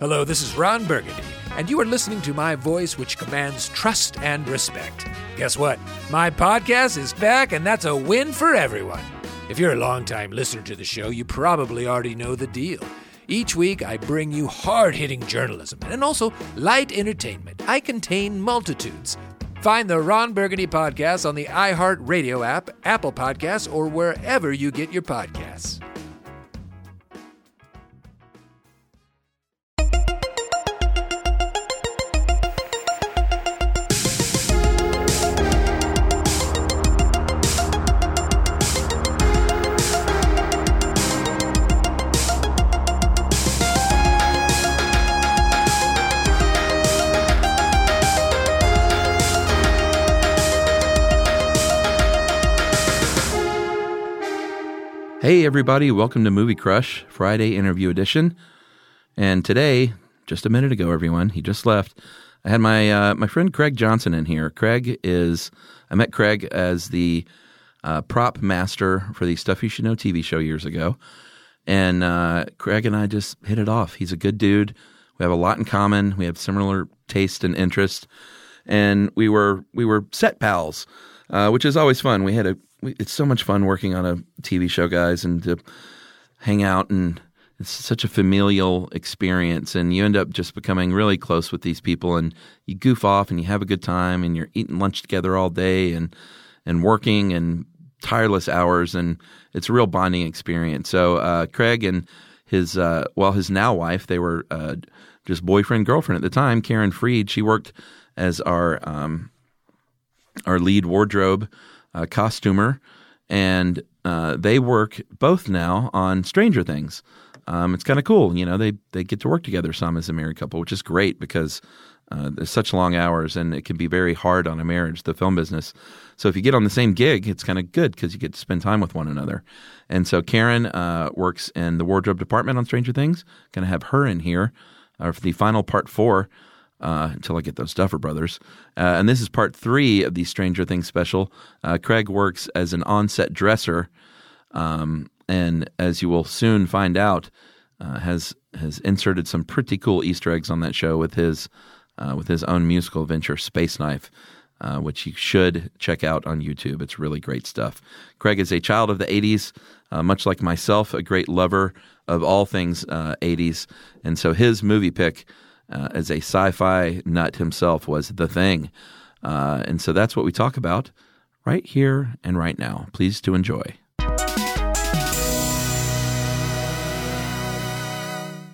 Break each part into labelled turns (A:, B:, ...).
A: Hello, this is Ron Burgundy, and you are listening to my voice, which commands trust and respect. Guess what? My podcast is back, and that's a win for everyone. If you're a longtime listener to the show, you probably already know the deal. Each week, I bring you hard hitting journalism and also light entertainment. I contain multitudes. Find the Ron Burgundy podcast on the iHeartRadio app, Apple Podcasts, or wherever you get your podcasts.
B: Hey, everybody, welcome to Movie Crush Friday interview edition. And today, just a minute ago, everyone, he just left. I had my uh, my friend Craig Johnson in here. Craig is I met Craig as the uh, prop master for the Stuff You Should Know TV show years ago, and uh, Craig and I just hit it off. He's a good dude. We have a lot in common. We have similar taste and interest, and we were we were set pals, uh, which is always fun. We had a we, it's so much fun working on a TV show, guys, and to hang out and it's such a familial experience and you end up just becoming really close with these people and you goof off and you have a good time and you're eating lunch together all day and and working and tireless hours and it's a real bonding experience so uh, craig and his uh, well his now wife they were uh, just boyfriend girlfriend at the time karen freed she worked as our um, our lead wardrobe uh, costumer, and uh, they work both now on Stranger Things. Um, it's kind of cool, you know. They they get to work together some as a married couple, which is great because uh, there's such long hours and it can be very hard on a marriage, the film business. So if you get on the same gig, it's kind of good because you get to spend time with one another. And so Karen uh, works in the wardrobe department on Stranger Things. Going to have her in here uh, for the final part four uh, until I get those Duffer Brothers. Uh, and this is part three of the Stranger Things special. Uh, Craig works as an on-set dresser, um, and as you will soon find out, uh, has has inserted some pretty cool Easter eggs on that show with his uh, with his own musical venture, Space Knife. Uh, which you should check out on YouTube. It's really great stuff. Craig is a child of the 80s, uh, much like myself, a great lover of all things uh, 80s. And so his movie pick uh, as a sci fi nut himself was The Thing. Uh, and so that's what we talk about right here and right now. Please to enjoy.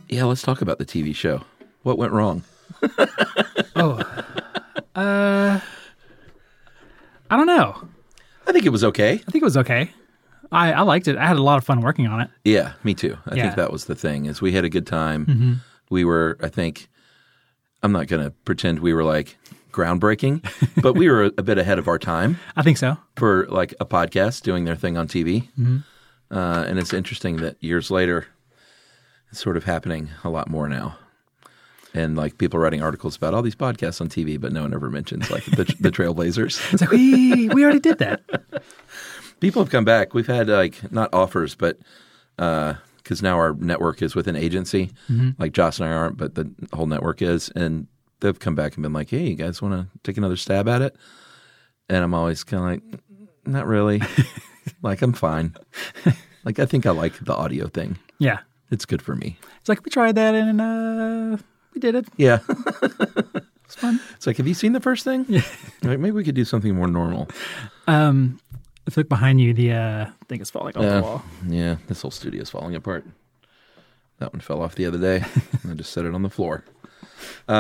B: Yeah, let's talk about the TV show. What went wrong?
C: Oh, uh, I don't know.
B: I think it was okay.
C: I think it was okay. I, I liked it. I had a lot of fun working on it.
B: Yeah, me too. I
C: Yeah.
B: think that was the thing is we had a good time. We were, I think, I'm not going to pretend we were like groundbreaking, but we were a bit ahead of our time
C: I think so.
B: for like a podcast doing their thing on TV. Uh, and it's interesting that years later, it's sort of happening a lot more now. And like people writing articles about all these podcasts on TV, but no one ever mentions like the, the Trailblazers.
C: It's like we we already did that.
B: People have come back. We've had like not offers, but because now our network is with an agency, like Josh and I aren't, but the whole network is, and they've come back and been like, "Hey, you guys want to take another stab at it?" And I'm always kind of like, "Not really. like I'm fine. like I think I like the audio thing.
C: Yeah.
B: It's good for me.
C: It's like we tried that and uh we did it.
B: Yeah.
C: It's fun.
B: it's like, have you seen the first thing? Yeah. Like, maybe we could do something more normal.
C: Um, if you look behind you, the uh thing is falling off
B: Yeah.
C: the wall.
B: Yeah, this whole studio is falling apart. That one fell off the other day. and I just set it on the floor.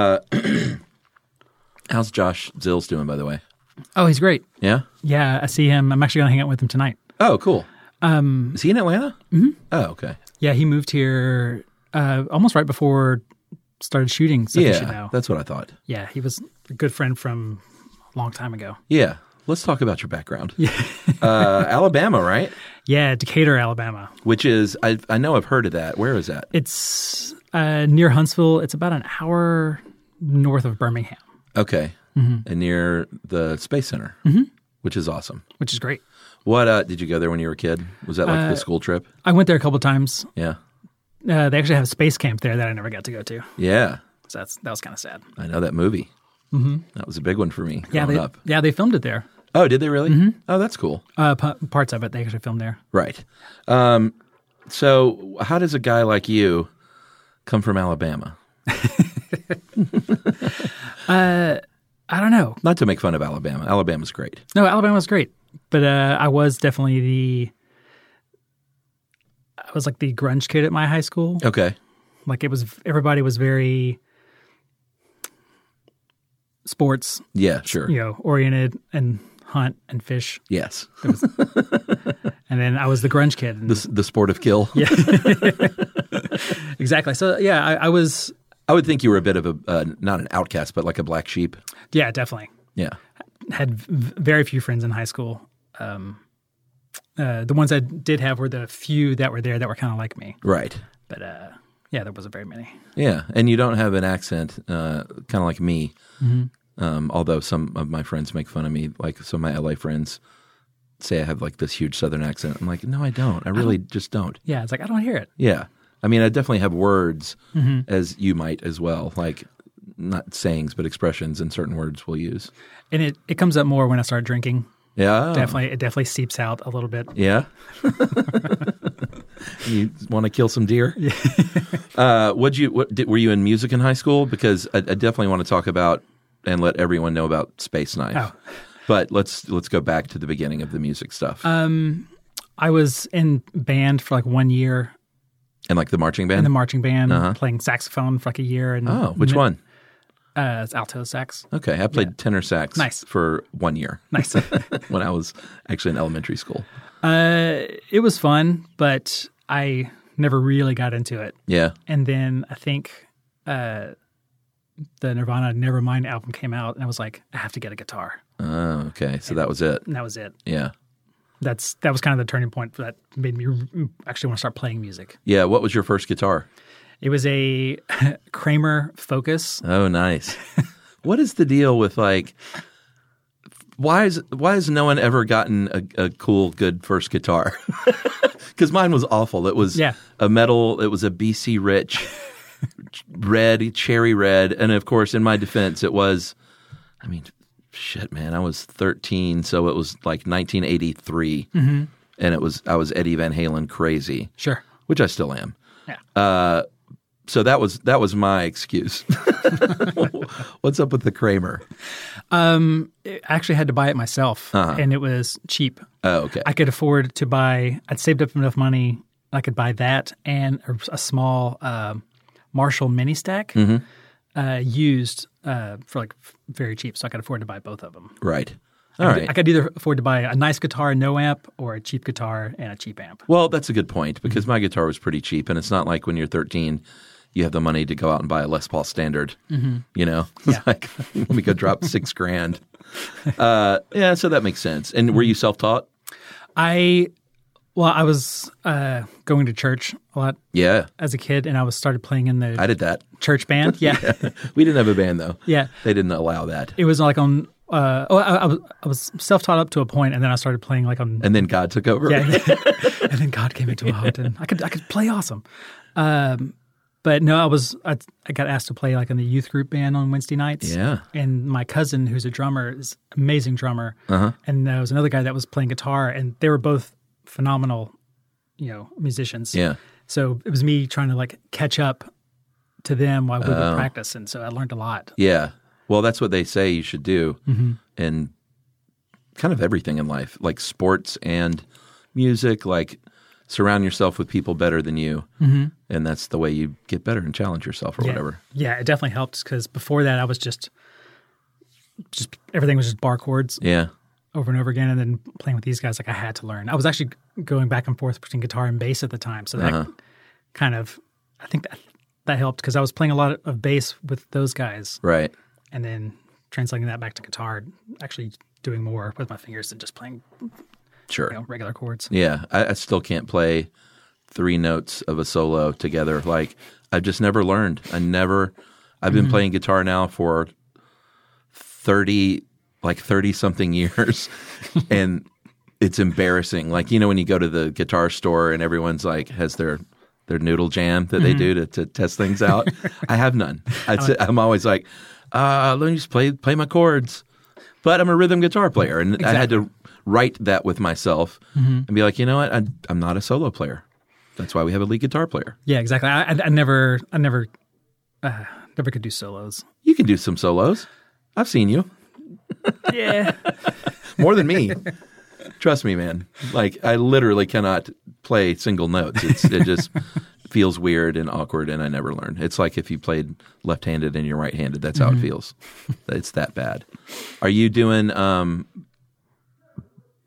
B: Uh, how's Josh Zills doing, by the way?
C: Oh, he's great.
B: Yeah.
C: Yeah, I see him. I'm actually gonna hang out with him tonight.
B: Oh, cool. Um, is he in Atlanta? Mm-hmm. Oh, okay.
C: Yeah, he moved here uh almost right before started shooting stuff you should
B: yeah,
C: know.
B: that's what I thought.
C: Yeah, he was a good friend from a long time ago.
B: Yeah, let's talk about your background. uh, Alabama, right?
C: Yeah, Decatur, Alabama.
B: Which is I I know I've heard of that. Where is that?
C: It's uh, near Huntsville. It's about an hour north of Birmingham,
B: Okay, and near the Space Center, which is awesome.
C: which is great.
B: What uh, did you go there when you were a kid? Was that like the school trip?
C: I went there a couple times.
B: Yeah,
C: Uh, they actually have a space camp there that I never got to go to.
B: yeah.
C: So that's that was kind of sad.
B: I know that movie. Mm-hmm. That was a big one for me.
C: Yeah,
B: growing
C: they,
B: up.
C: yeah, they filmed it there.
B: Oh, did they really? Oh, that's cool.
C: Uh, p- parts of it they actually filmed there.
B: Right. Um, so, how does a guy like you come from Alabama?
C: I don't know.
B: Not to make fun of Alabama. Alabama's great.
C: No, Alabama's great, but uh, I was definitely the I was like the grunge kid at my high school.
B: Okay.
C: Like it was everybody was very sports,
B: Yeah, sure.
C: you know, oriented and hunt and fish.
B: Yes.
C: And then I was the grunge kid. and-
B: The, s- the sport of kill.
C: Exactly. So yeah, I, I was
B: I would think you were a bit of a, uh, not an outcast, but like a black sheep.
C: yeah, definitely
B: Yeah.
C: had v- very few friends in high school. Um, uh, the ones I did have were the few that were there that were kind of like me.
B: Right.
C: But uh, yeah, there wasn't very many.
B: Yeah. And you don't have an accent, uh, kind of like me. Um, although some of my friends make fun of me. Like some of my LA friends say I have like this huge Southern accent. I'm like, no, I don't. I really just don't.
C: Yeah, it's like I don't hear it.
B: Yeah. I mean, I definitely have words as you might as well, like not sayings, but expressions and certain words we'll use.
C: and it, it comes up more when I start drinking.
B: Yeah.
C: Definitely, it definitely seeps out a little bit.
B: Yeah. you want to kill some deer? uh, what'd you, what did, were you in music in high school? Because I, I definitely want to talk about and let everyone know about Space Knife.
C: Oh.
B: But let's let's go back to the beginning of the music stuff
C: I was in band for like one year
B: and like the marching
C: in
B: band.
C: the marching band, playing saxophone for like a year. And
B: Uh-huh. oh, which one?
C: Uh, it's alto sax.
B: Okay, I played tenor sax
C: Nice.
B: for one year
C: Nice.
B: when I was actually in elementary school.
C: uh, it was fun, but I never really got into it.
B: Yeah,
C: And then I think uh, the Nirvana Nevermind album came out, and I was like, I have to get a guitar,
B: Oh, okay. So that was it.
C: and that was it.
B: Yeah.
C: That's that was kind of the turning point that made me actually want to start playing music.
B: Yeah. What was your first guitar?
C: It was a Kramer Focus.
B: Oh, nice. what is the deal with like, why is why has no one ever gotten a, a cool, good first guitar? Because mine was awful. It was
C: Yeah.
B: a metal. It was a BC Rich, red, cherry red, and of course, in my defense, it was. I mean, shit, man. I was thirteen, so it was like 1983, and it was I was Eddie Van Halen crazy,
C: Sure.
B: which I still am. Uh,
C: Yeah.
B: So that was that was my excuse. What's up with the Kramer?
C: I actually had to buy it myself, and it was cheap.
B: Oh, okay.
C: I could afford to buy. I'd saved up enough money. I could buy that and a, a small um Marshall mini stack,
B: Mm-hmm.
C: uh, used uh, for like f- very cheap. So I could afford to buy both of them.
B: right. All right.
C: I could either afford to buy a nice guitar, and no amp, or a cheap guitar and a cheap amp.
B: well, that's a good point
C: Mm-hmm.
B: because my guitar was pretty cheap, and it's not like when you're 13, you have the money to go out and buy a Les Paul Standard.
C: Mm-hmm.
B: You know, It's like let me go drop six grand. Uh, yeah, so that makes sense. And were you
C: Mm-hmm.
B: self-taught?
C: I, well, I was uh, going to church a lot
B: Yeah,
C: as a kid, and I was started playing in the
B: I did that.
C: church band. yeah.
B: We didn't have a band though.
C: Yeah.
B: they didn't allow that.
C: it was like on uh oh I, I was I was self taught up to a point and then I started playing like on
B: And then God took over.
C: yeah and then God came into my heart and I could I could play awesome. Um but no, I was I, I got asked to play like in the youth group band on Wednesday nights.
B: Yeah.
C: and my cousin, who's a drummer, is amazing drummer. Uh-huh. And there was another guy that was playing guitar, and they were both phenomenal, you know, musicians.
B: Yeah.
C: So it was me trying to like catch up to them while we would
B: Oh.
C: practice, and so I learned a lot.
B: Yeah. Well, that's what they say you should do in kind of everything in life, like sports and music, like surround yourself with people better than you. Mm-hmm. And that's the way you get better and challenge yourself or
C: Yeah.
B: whatever.
C: Yeah, it definitely helped because before that, I was just, just everything was just bar chords
B: Yeah.
C: over and over again, and then playing with these guys, like I had to learn. I was actually going back and forth between guitar and bass at the time, so that kind of, I think that that helped because I was playing a lot of bass with those guys,
B: Right.
C: and then translating that back to guitar, actually doing more with my fingers than just playing
B: Sure.
C: you know, regular chords.
B: Yeah, I, I still can't play three notes of a solo together. Like I've just never learned. I never. I've been playing guitar now for thirty, like thirty something years, and it's embarrassing. Like you know when you go to the guitar store and everyone's like has their their noodle jam that they do to, to test things out. Mm-hmm. I have none. I'd say, I'm always like, uh, let me just play play my chords. But I'm a rhythm guitar player, and I had to write that with myself and be like, you know what? I, I'm not a solo player. That's why we have a lead guitar player.
C: Yeah, exactly. I, I, I never, I never, uh, never could do solos.
B: You can do some solos. I've seen you
C: Yeah,
B: more than me. Trust me, man. Like I literally cannot play single notes. It's, it just feels weird and awkward, and I never learn. It's like if you played left-handed and you're right-handed. That's how it feels. It's that bad. Are you doing um,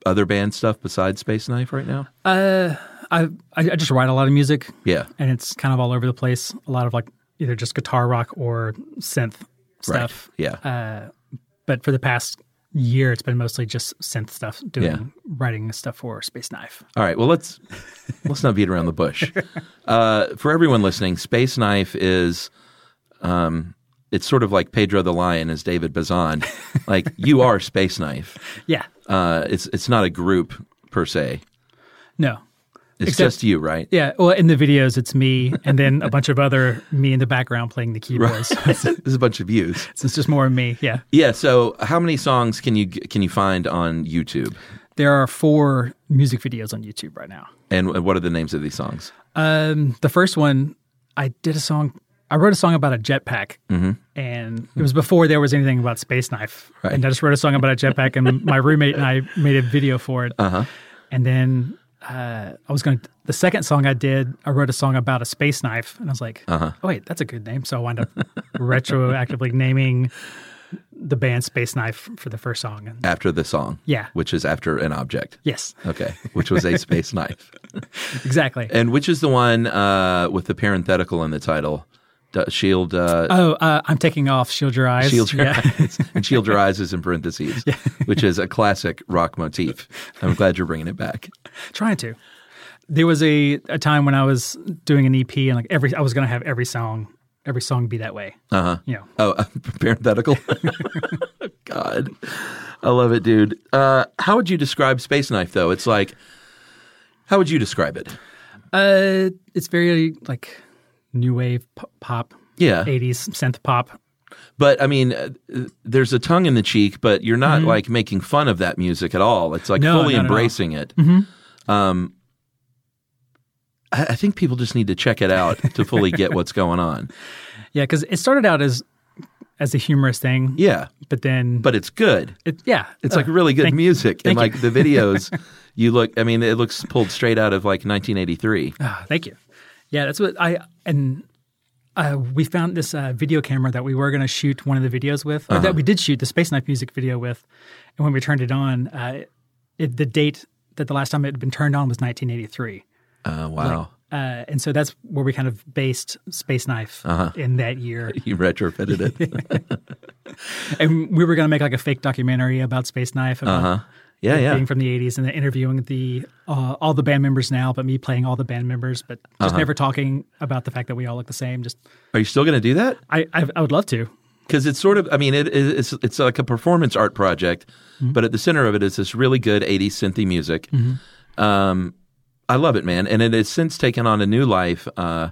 B: other band stuff besides Space Knife right now?
C: I, I, I just write a lot of music.
B: Yeah.
C: and it's kind of all over the place. A lot of like either just guitar rock or synth stuff. Uh,
B: Right. Yeah.
C: But for the past year, it's been mostly just synth stuff, doing
B: Yeah.
C: writing stuff for Space Knife.
B: All right. Well, let's let's not beat around the bush. Uh, for everyone listening, Space Knife is um, it's sort of like Pedro the Lion is David Bazan. like you are Space Knife.
C: Yeah,
B: Uh, it's it's not a group per se.
C: no,
B: It's
C: Except-
B: just you, right?
C: yeah. Well, in the videos, it's me and then a bunch of other me in the background playing the keyboards.
B: There's a bunch of views.
C: So it's just more of me. Yeah,
B: Yeah. So, how many songs can you can you find on YouTube?
C: there are four music videos on YouTube right now.
B: And what are the names of these songs?
C: Um, the first one, I did a song. I wrote a song about a jetpack,
B: Mm-hmm.
C: and it was before there was anything about Space Knife.
B: Right.
C: And I just wrote a song about a jetpack, and my roommate and I made a video for it. Uh-huh. And then uh, I was going to, the second song I did, I wrote a song about a space knife, and I was like,
B: Uh-huh.
C: oh, wait, that's a good name. So I wound up retroactively naming the band Space Knife for the first song. And
B: After the song,
C: Yeah.
B: which is after an object.
C: yes,
B: Okay, which was a space knife.
C: exactly.
B: And which is the one uh, with the parenthetical in the title? D- shield, uh,
C: Oh, uh, I'm taking off. Shield your eyes.
B: shield your
C: Yeah.
B: eyes, and shield your eyes is in parentheses, which is a classic rock motif. I'm glad you're bringing it back.
C: trying to there was a, a time when i was doing an ep and like every i was going to have every song every song be that way uh-huh you know
B: Oh, parenthetical. God, I love it, dude. Uh, how would you describe Space Knife though? It's like, how would you describe it?
C: uh it's very like new wave p- pop
B: Yeah.
C: 80s synth pop
B: But I mean, uh, there's a tongue in the cheek, but you're not like making fun of that music at all. It's like
C: Mm-hmm. No,
B: fully
C: not at all. Mm-hmm.
B: embracing it. Um, I, I think people just need to check it out to fully get what's going on.
C: yeah because it started out as as a humorous thing
B: Yeah,
C: but then
B: but it's good.
C: it, yeah
B: It's like really good music, and
C: Oh, thank
B: like the videos, you look. I mean, it looks pulled straight out of like 1983.
C: Ah, thank you yeah that's what i and uh, we found this uh, video camera that we were going to shoot one of the videos with, or
B: Uh-huh.
C: that we did shoot the Space Knife music video with. And when we turned it on, uh, it, the date that the last time it had been turned on was 1983.
B: Uh, wow,
C: Uh, and so that's where we kind of based Space Knife
B: Uh-huh.
C: in that year.
B: you retrofitted it.
C: And we were going to make like a fake documentary about Space Knife, about
B: Uh-huh. Yeah,
C: it
B: yeah.
C: being from the 80s, and then interviewing the uh, all the band members now, but me playing all the band members, but
B: Uh-huh.
C: just never talking about the fact that we all look the same. Just
B: Are you still going to do that?
C: I, I, I would love to.
B: because it's sort of i mean it, it- it's it's like a performance art project but at the center of it is this really good 80s synthy music um, i love it man and it has since taken on a new life uh,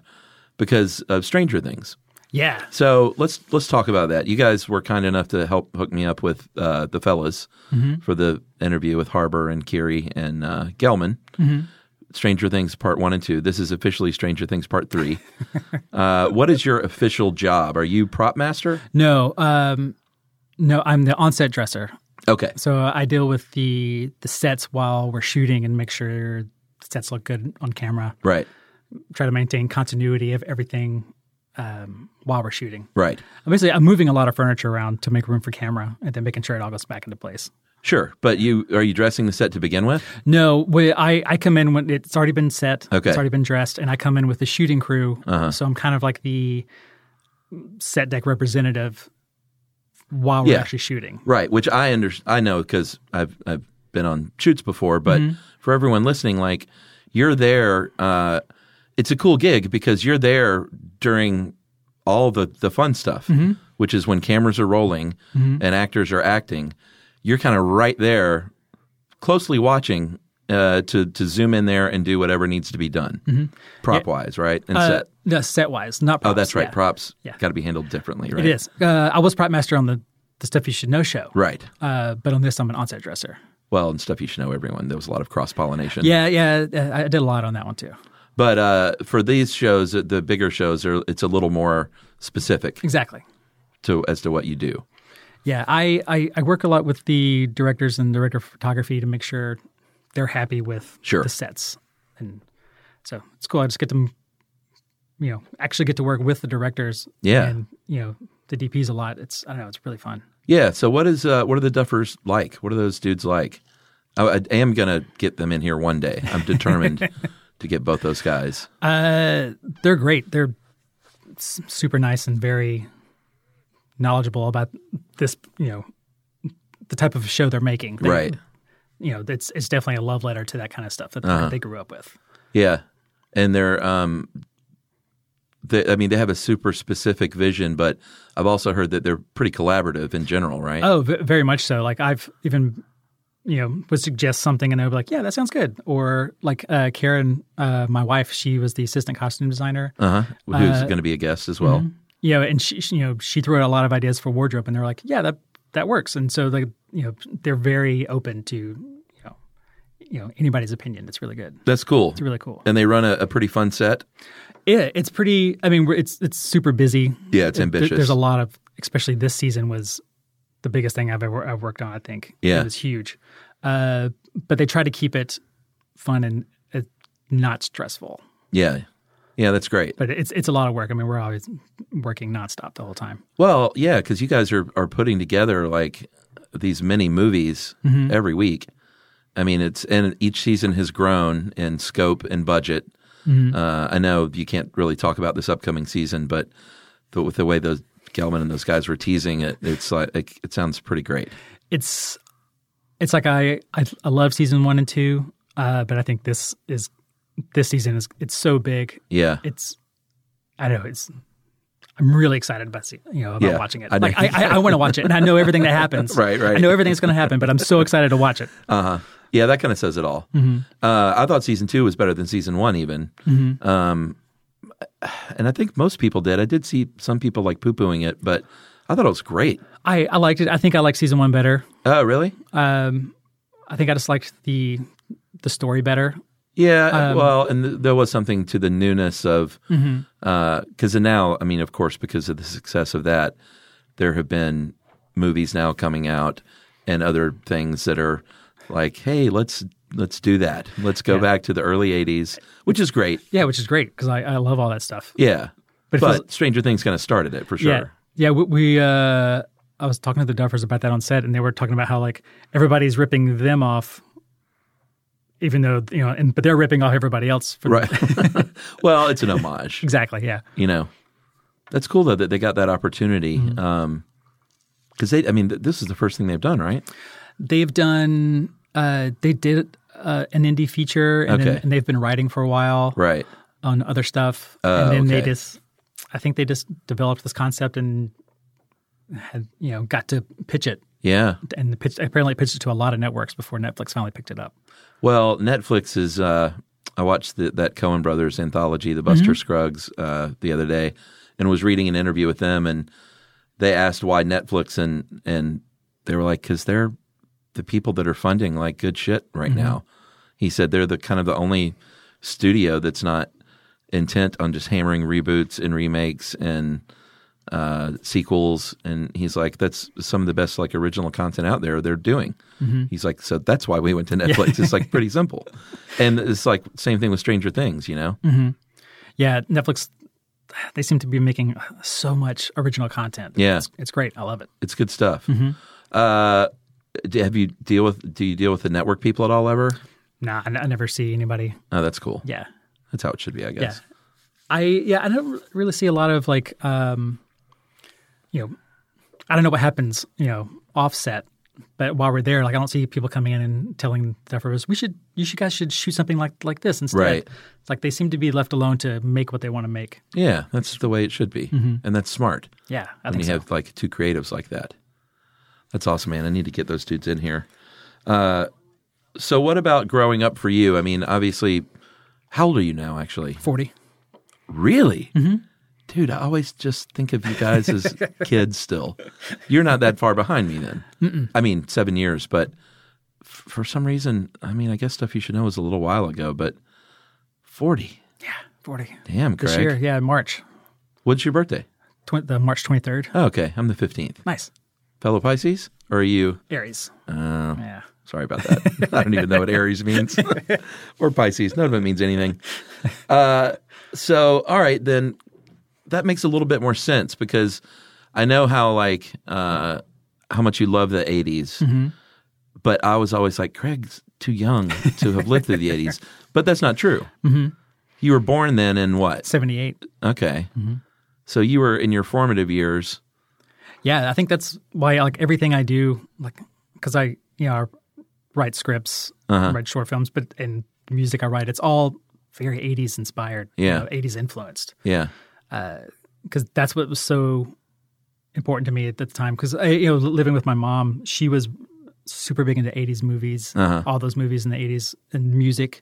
B: because of stranger things
C: Yeah.
B: so let's let's talk about that you guys were kind enough to help hook me up with uh, the fellas for the interview with harbor and Keary and uh, gelman stranger things part one and two this is officially stranger things part three uh, what is your official job are you prop master
C: No, um, no, I'm the onset dresser.
B: okay
C: So I deal with the the sets while we're shooting and make sure the sets look good on camera.
B: Right.
C: Try to maintain continuity of everything um, while we're shooting.
B: Right.
C: Basically, I'm moving a lot of furniture around to make room for camera, and then making sure it all goes back into place.
B: Sure, but you are you dressing the set to begin with?
C: No, we, I, I come in when it's already been set.
B: Okay. Uh-huh.
C: It's already been dressed, and I come in with the shooting crew. So I'm kind of like the set deck representative while we're
B: Yeah.
C: actually shooting.
B: Right, which I under I know because I've I've been on shoots before, but for everyone listening, like you're there, uh, it's a cool gig because you're there during all the the fun stuff, which is when cameras are rolling and actors are acting. You're kind of right there, closely watching uh, to to zoom in there and do whatever needs to be done, prop wise, right? And
C: Uh,
B: set.
C: no, set wise, not props.
B: Oh, that's right.
C: yeah.
B: Props
C: Yeah.
B: got to be handled differently, right?
C: It is. Uh, I was prop master on the, the stuff you should know show.
B: Right.
C: Uh, but on this, I'm an onset dresser.
B: Well, and stuff you should know, everyone. There was a lot of cross pollination.
C: Yeah, yeah. uh, I did a lot on that one too.
B: But uh, for these shows, uh, the bigger shows, are, it's a little more specific
C: Exactly.
B: to as to what you do.
C: Yeah, I, I, I work a lot with the directors and director of photography to make sure they're happy with
B: Sure.
C: the sets. And so it's cool. I just get to, you know, actually get to work with the directors
B: Yeah.
C: and, you know, the DPs a lot. It's, I don't know, it's really fun.
B: Yeah. So what is uh, what are the Duffers like? What are those dudes like? I, I am gonna get them in here one day. I'm determined to get both those guys.
C: Uh, they're great. They're s- super nice and very knowledgeable about this, you know, the type of show they're making. They-
B: Right.
C: You know, it's, it's definitely a love letter to that kind of stuff that they-
B: Uh-huh.
C: they grew up with.
B: Yeah. And they're um, they, I mean, they have a super specific vision, but I've also heard that they're pretty collaborative in general, right?
C: Oh, v- very much so. Like I've even, you know, would suggest something and they'll be like, yeah, that sounds good. Or like uh, Karen, uh, my wife, she was the assistant costume designer.
B: Uh-huh. Who's
C: Uh,
B: going to be a guest as well?
C: You know, and she, she- you know, she threw out a lot of ideas for wardrobe and they're like, yeah, that that works. And so they, you know, they're very open to, you know, you know anybody's opinion. It's really good.
B: That's cool.
C: It's really cool.
B: And they run a, a pretty fun set.
C: Yeah, it's pretty. I mean, we're- it's it's super busy.
B: Yeah, it's
C: There-
B: ambitious.
C: there's a lot of, especially this season was the biggest thing I've ever I've worked on. I think.
B: Yeah.
C: it was huge. Uh, but they try to keep it fun and uh, not stressful.
B: Yeah. Yeah, that's great.
C: But it's it's a lot of work. I mean, we're always working nonstop the whole time.
B: Well, yeah, because you guys are, are putting together like these mini movies
C: Mm-hmm.
B: every week. I mean, it's and each season has grown in scope and budget.
C: Mm-hmm.
B: Uh, I know you can't really talk about this upcoming season, but the, with the way those Gelman and those guys were teasing it, it's like it, it sounds pretty great.
C: It's it's like I I, I love season one and two, uh, but I think this is this season is it's so big.
B: Yeah,
C: it's I don't know it's I'm really excited about see, you know about
B: Yeah,
C: watching it.
B: I know.
C: like I, I, I want to watch it, and I know everything that happens.
B: Right, right.
C: I know everything that's going to happen, but I'm so excited to watch it.
B: Uh huh. Yeah, that kind of says it all. Uh, I thought season two was better than season one, even. Um, and I think most people did. I did see some people like poo pooing it, but I thought it was great.
C: I, I liked it. I think I like season one better.
B: Oh, really?
C: Um, I think I just liked the the story better.
B: Yeah. well, and th- there was something to the newness of because now, I mean, of course, because of the success of that, there have been movies now coming out and other things that are like, hey, let's let's do that. Let's go back to the early '80s, which is great.
C: Yeah, which is great because I, I love all that stuff.
B: Yeah. But,
C: But it feels-
B: Stranger Things kind of started it for sure.
C: Yeah, yeah. We, we uh, I was talking to the Duffers about that on set, and they were talking about how like everybody's ripping them off, even though you know, and but they're ripping off everybody else. For,
B: Right. well, it's an homage,
C: Exactly. Yeah.
B: you know. That's cool though that they got that opportunity.
C: Mm-hmm.
B: Um 'cause cuz they I mean th- this is the first thing they've done, right?
C: They've done. Uh, they did uh, an indie feature, and, then,
B: Okay.
C: and they've been writing for a while
B: Right.
C: on other stuff.
B: Oh,
C: and then they
B: okay.
C: just, I think they just developed this concept and had you know got to pitch it,
B: Yeah.
C: and the pitch apparently pitched it to a lot of networks before Netflix finally picked it up.
B: Well, Netflix is uh I watched the, that Cohen Brothers anthology, The Buster Scruggs uh the other day and was reading an interview with them and they asked why Netflix and and they were like cuz they're the people that are funding like good shit right now. He said they're the kind of the only studio that's not intent on just hammering reboots and remakes and uh, sequels. And he's like, that's some of the best like original content out there they're doing.
C: Mm-hmm.
B: He's like, so that's why we went to Netflix. it's like pretty simple. And it's like same thing with Stranger Things, you know?
C: Mm-hmm. Yeah, Netflix. They seem to be making so much original content.
B: Yeah.
C: It's, it's great. I love it.
B: It's good stuff. Uh, Do, have you deal with? Do you deal with the network people at all ever?
C: Nah, I, n- I never see anybody.
B: Oh, that's cool.
C: Yeah,
B: That's how it should be, I guess.
C: yeah. I yeah, I don't really see a lot of like, um, you know, I don't know what happens, you know, offset. But while we're there, like I don't see people coming in and telling the developers, we should, you should guys should shoot something like like this instead.
B: Right.
C: It's like they seem to be left alone to make what they want to make.
B: Yeah, that's the way it should be,
C: Mm-hmm.
B: and that's smart.
C: Yeah, I
B: And you
C: think so.
B: have like two creatives like that. That's awesome, man. I need to get those dudes in here. Uh, so, what about growing up for you? I mean, obviously, how old are you now? Actually,
C: Forty.
B: really, dude. I always just think of you guys as kids. Still, you're not that far behind me. Then, I mean, seven years, but f- for some reason, I mean, I guess stuff you should know was a little while ago, but forty.
C: Yeah, forty.
B: Damn, Craig.
C: This year, yeah, March,
B: What's your birthday?
C: tw- the March twenty third.
B: Oh, okay, I'm the 15th.
C: Nice,
B: Fellow Pisces, or are you?
C: Aries.
B: Uh.
C: yeah.
B: Sorry about that. I don't even know what Aries means or Pisces. None of it means anything. Uh, so, all right, then that makes a little bit more sense because I know how like uh, how much you love the 80s but I was always like Craig's too young to have lived through the '80s. But that's not true. You were born then in what?
C: Seventy eight.
B: Okay, so you were in your formative years.
C: Yeah, I think that's why like everything I do, like because I you know I write scripts, write short films, but and music I write, it's all very '80s inspired, you
B: Yeah.
C: know, '80s influenced,
B: Yeah,
C: because that's what was so important to me at the time. Because you know, living with my mom, she was super big into '80s movies, all those movies in the '80s and music.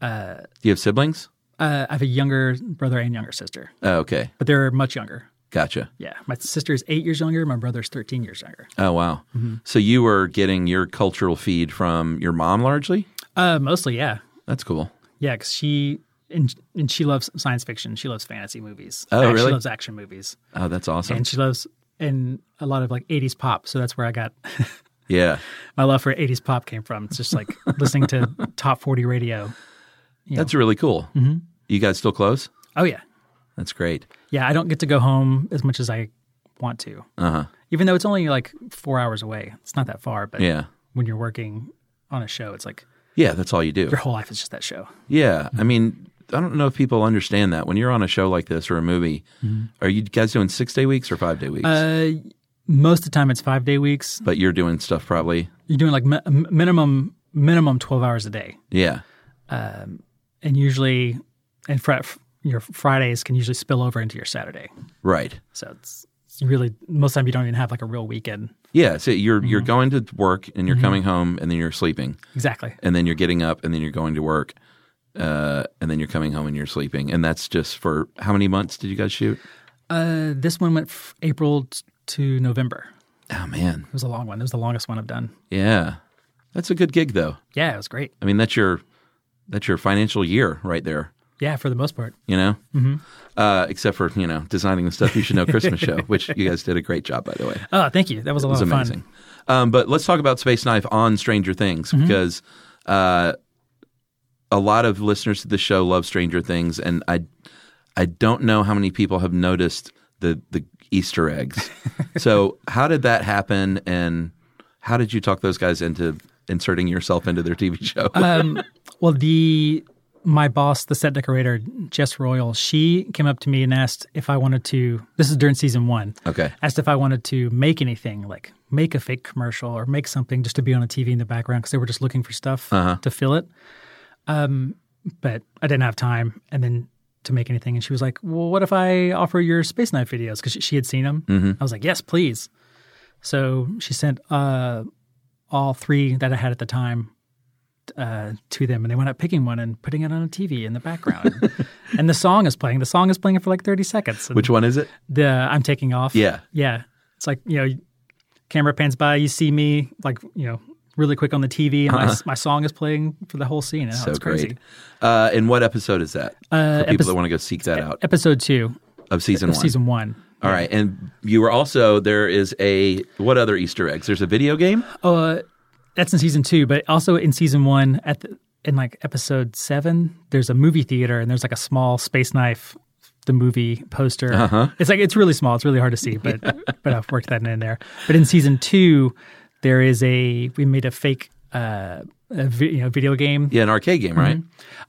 B: do you have siblings?
C: Uh, I have a younger brother and younger sister,
B: Oh, okay,
C: but they're much younger.
B: gotcha.
C: Yeah, my sister is eight years younger. My brother's thirteen years younger.
B: Oh wow. So you were getting your cultural feed from your mom largely?
C: Uh, mostly, yeah.
B: That's cool.
C: Yeah, because she and, and she loves science fiction. She loves fantasy movies.
B: Oh,
C: Ac-
B: really?
C: She loves action movies,
B: Oh, that's awesome.
C: and she loves and a lot of like '80s pop. So that's where I got
B: yeah.
C: my love for '80s pop came from. It's just like listening to top 40 radio.
B: That's really cool.
C: Mm-hmm.
B: You guys still close?
C: Oh yeah,
B: That's great.
C: yeah. I don't get to go home as much as I want to,
B: Uh-huh.
C: even though it's only like four hours away. It's not that far, but
B: Yeah.
C: when you're working on a show, it's like
B: Yeah, that's all you do.
C: your whole life is just that show.
B: Yeah.
C: Mm-hmm.
B: I mean, I don't know if people understand that. When you're on a show like this or a movie, are you guys doing 6-day weeks or 5-day weeks?
C: Mm-hmm. Uh, most of the time, it's five day weeks.
B: but you're doing stuff probably.
C: You're doing like mi- minimum minimum 12 hours a day.
B: Yeah.
C: and usually and fr- your Fridays can usually spill over into your Saturday.
B: Right.
C: So it's, it's really most of the time you don't even have like a real weekend.
B: Yeah, so you're you're
C: Mm-hmm.
B: going to work and you're coming home and then you're sleeping.
C: Exactly.
B: and then you're getting up and then you're going to work uh, and then you're coming home and you're sleeping and that's just for how many months did you guys shoot
C: Uh, this one went f- April t- to November.
B: oh man
C: It was a long one. It was the longest one I've done.
B: yeah that's a good gig though
C: Yeah, it was great.
B: i mean that's your that's your financial year right there
C: Yeah, for the most part.
B: you know mm-hmm. uh, except for you know designing the stuff you should know christmas show which you guys did a great job by the way
C: Oh, thank you. That was a
B: It was
C: lot of fun.
B: amazing. Um, but let's talk about Space Knife on Stranger Things
C: Mm-hmm.
B: because uh, a lot of listeners to the show love Stranger Things, and I I don't know how many people have noticed the the Easter eggs. so how did that happen, and how did you talk those guys into inserting yourself into their TV show?
C: Uh, Well, the my boss, the set decorator Jess Royal, she came up to me and asked if I wanted to. This is during season one.
B: Okay.
C: Asked if I wanted to make anything, like make a fake commercial or make something just to be on a TV in the background because they were just looking for stuff to fill it. Um, but I didn't have time, and then to make anything. And she was like, "Well, what if I offer your Space Knife videos?" Because she, she had seen them. I was like, "Yes, please." So she sent uh, all three that I had at the time uh, to them, and they wound up picking one and putting it on a TV in the background. and the song is playing. The song is playing for like thirty seconds. And
B: Which one is it?
C: the I'm taking off.
B: Yeah.
C: yeah. It's like you know, camera pans by, you see me like you know, really quick on the TV, and my, my song is playing for the whole scene.
B: Uh-huh. So
C: it's crazy.
B: great. Uh, and what episode is that? for
C: Uh,
B: people
C: episode-
B: that want to go seek that out
C: Episode two,
B: of season one.
C: season one.
B: All right, and you were also there is a what other Easter eggs? There's a video game.
C: Uh, that's in season two, but also in season one at the, in like episode seven, there's a movie theater and there's like a small space knife, the movie poster.
B: Uh-huh.
C: It's like it's really small. It's really hard to see, but but I've worked that in there. But in season two, There is a we made a fake uh, a vi- you know video game.
B: Yeah, an arcade game, right?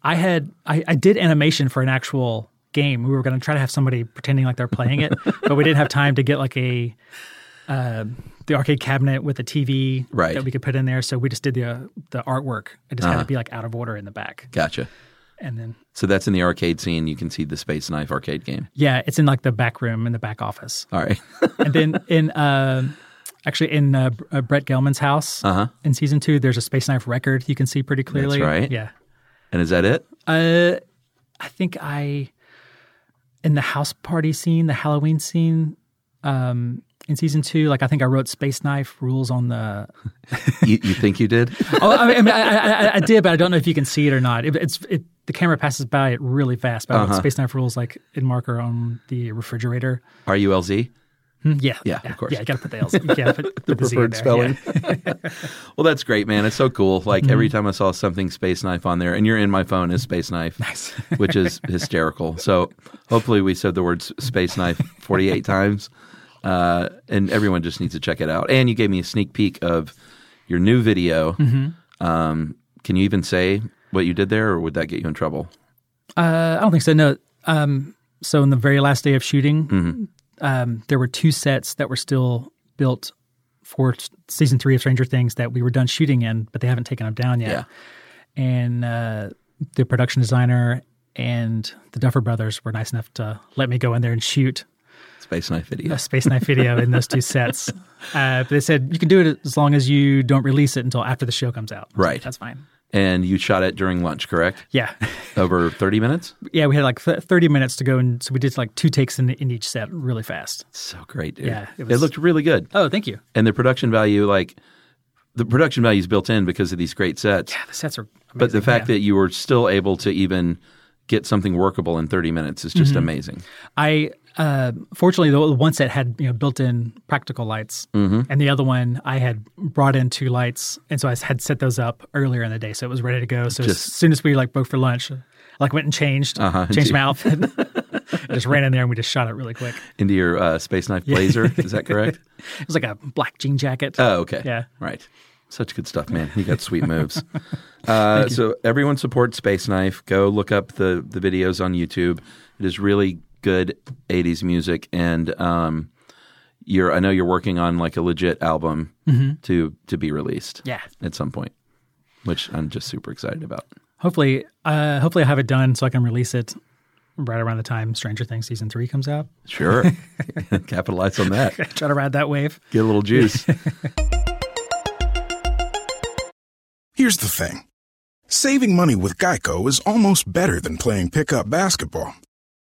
C: I had I, I did animation for an actual game. We were going to try to have somebody pretending like they're playing it, but we didn't have time to get like a uh, the arcade cabinet with a TV
B: Right. Uh-huh.
C: that we could put in there. So we just did the uh, the artwork. It just had to be like out of order in the back,
B: Gotcha.
C: and then
B: So that's in the arcade scene. You can see the Space Knife arcade game.
C: yeah, it's in like the back room in the back office.
B: All right.
C: and then in uh, actually in uh, Br- uh, Brett Gelman's house
B: Uh-huh.
C: in season two, there's a Space Knife record you can see pretty clearly.
B: right.
C: Yeah.
B: and is that it?
C: Uh, I think I in the house party scene, the Halloween scene. Um, in season two, like I think I wrote Space Knife rules on the.
B: You, you think you did?
C: Oh, I, mean, I, I, I, I did, but I don't know if you can see it or not. It, it's it, the camera passes by it really fast. But I wrote Space Knife rules like in marker on the refrigerator.
B: R U L Z?
C: Hmm, Yeah,
B: Yeah, of course.
C: Yeah, you gotta put the L's. You gotta put, put the, Z in there. Yeah.
B: well, that's great, man. It's so cool. Like every
C: Mm-hmm.
B: time I saw something Space Knife on there, and you're in my phone is Space Knife, which is hysterical. So hopefully we said the words Space Knife 48 times, uh, and everyone just needs to check it out. And you gave me a sneak peek of your new video.
C: Mm-hmm.
B: Um, can you even say what you did there, or would that get you in trouble?
C: Uh, I don't think so. No. Um, so in the very last day of shooting, um, there were two sets that were still built for s- season three of Stranger Things that we were done shooting in, but they haven't taken them down yet. And uh, the production designer and the Duffer Brothers were nice enough to let me go in there and shoot
B: Space Knife video.
C: a Space Knife video in those two sets. Uh, but they said you can do it as long as you don't release it until after the show comes out. I was like,
B: Right.
C: That's fine.
B: And you shot it during lunch, correct?
C: Yeah.
B: Over 30 minutes?
C: yeah, we had like th- 30 minutes to go, and so we did like two takes in, in each set really fast.
B: So great, dude.
C: Yeah, it
B: it,
C: was-
B: looked really good.
C: Oh, thank you.
B: And the production value, like, the production value is built in because of these great sets.
C: Yeah, the sets are amazing.
B: But the fact that you were still able to even get something workable in 30 minutes is
C: Mm-hmm.
B: just amazing.
C: I uh, fortunately the one set had you know built-in practical lights,
B: Mm-hmm.
C: and the other one I had brought in two lights, and so I had set those up earlier in the day, so it was ready to go. So as
B: Just- Uh-huh.
C: soon as we like broke for lunch, I, like went and changed, changed my outfit, I just ran in there and we just shot it really quick.
B: Into your uh, Space Knife blazer, is that correct?
C: It was like a black jean jacket.
B: Oh, okay.
C: Yeah.
B: Right. Such good stuff, man. You got sweet moves. Uh, so everyone support Space Knife. Go look up the the videos on YouTube. It is really good '80s music, and um, you're I know you're working on like a legit album to to be released.
C: Mm-hmm. Yeah.
B: at some point, which I'm just super excited about.
C: Hopefully, uh, hopefully I have it done so I can release it right around the time Stranger Things season three comes out.
B: Sure, capitalize on that.
C: Try to ride that wave.
B: Get a little juice.
D: Here's the thing saving money with Geico is almost better than playing pickup basketball.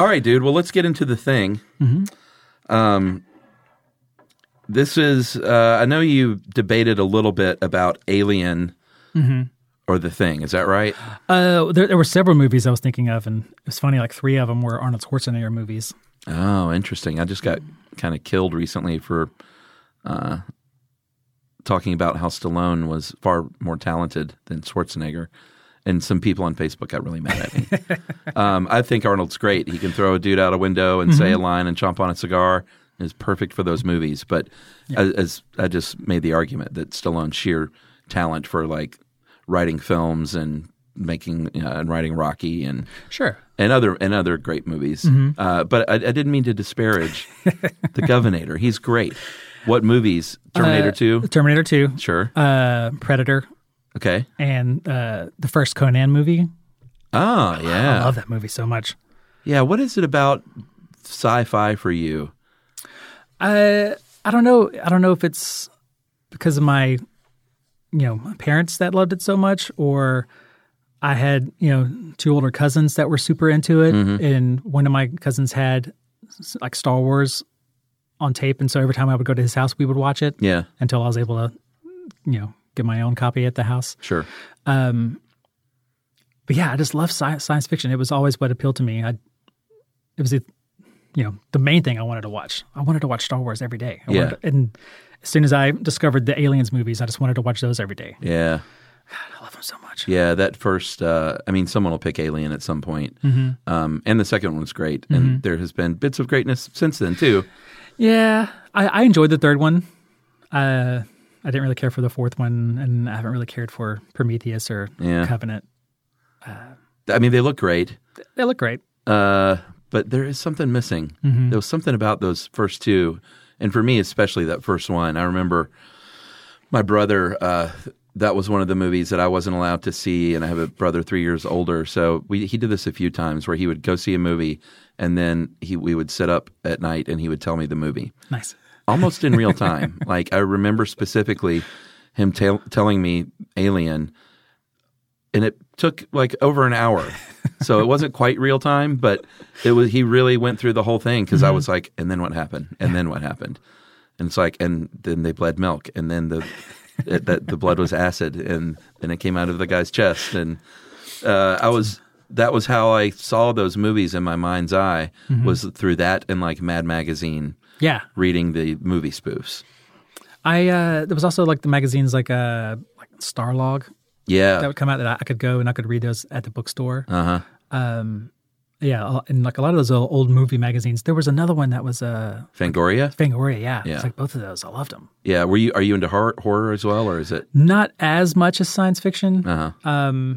B: All right, dude. Well, let's get into the thing. Um, this is. Uh, I know you debated a little bit about Alien or the Thing. Is that right?
C: Uh, there, there were several movies I was thinking of, and it was funny. Like three of them were Arnold Schwarzenegger movies.
B: Oh, interesting. I just got kind of killed recently for uh, talking about how Stallone was far more talented than Schwarzenegger. And some people on Facebook got really mad at me. um, I think Arnold's great. He can throw a dude out a window and say a line and chomp on a cigar. Is perfect for those movies. But as, as I just made the argument that Stallone's sheer talent for like writing films and making you know, and writing Rocky and
C: Sure.
B: and other and other great movies.
C: Mm-hmm.
B: Uh, but I, I didn't mean to disparage the Governator. He's
C: Uh,
B: great. What movies? Terminator Two.
C: Terminator Two,
B: Sure.
C: uh, Predator,
B: Okay.
C: and uh, the first Conan movie.
B: Oh, yeah.
C: I love that movie so much.
B: Yeah. What is it about sci fi for you?
C: I I don't know. I don't know if it's because of my, you know, my parents that loved it so much, or I had you know two older cousins that were super into it, and one of my cousins had s- like Star Wars on tape, and so every time I would go to his house, we would watch it.
B: Yeah.
C: Until I was able to, you know, get my own copy at the house.
B: Sure.
C: But yeah, I just love sci- science fiction. It was always what appealed to me. I, it was, the- you know, the main thing I wanted to watch. I wanted to watch Star Wars every day. I
B: Yeah.
C: wanted to- and as soon as I discovered the Aliens movies, I just wanted to watch those every day.
B: Yeah.
C: I love them so much.
B: Yeah, that first, uh, I mean, someone will pick Alien at some point.
C: Mm-hmm.
B: Um, and the second one's great. And there has been bits of greatness since then, too.
C: Yeah, I, I enjoyed the third one. Uh, I didn't really care for the fourth one, and I haven't really cared for Prometheus or
B: Yeah.
C: Covenant.
B: I mean, they look great,
C: They look great.
B: uh, but there is something missing. There was something about those first two. And for me, especially that first one, I remember my brother, uh, that was one of the movies that I wasn't allowed to see. And I have a brother three years older. So we, he did this a few times where he would go see a movie and then he, we would sit up at night and he would tell me the movie.
C: Nice.
B: almost in real time. like I remember specifically him tell telling me Alien, and it took like over an hour. So it wasn't quite real time, but it was. He really went through the whole thing because I
C: Mm-hmm.
B: was like, and then what happened? And then what happened? And it's like, and then they bled milk, and then the it, that the blood was acid, and then it came out of the guy's chest, and uh, I was. That was how I saw those movies in my mind's eye
C: Mm-hmm.
B: was through that and like Mad Magazine
C: Yeah,
B: reading the movie spoofs.
C: I uh, there was also like the magazines like uh like Starlog
B: Yeah.
C: that would come out that I, I could go and I could read those at the bookstore. Uh huh.
B: Uh-huh.
C: Um, yeah, a- and like a lot of those old, old movie magazines. There was another one that was uh,
B: Fangoria?
C: Fangoria. Yeah,
B: Yeah.
C: it's like both of those. I loved them.
B: Yeah. Were you are you into horror, horror as well or is it
C: Not as much as science fiction, Um,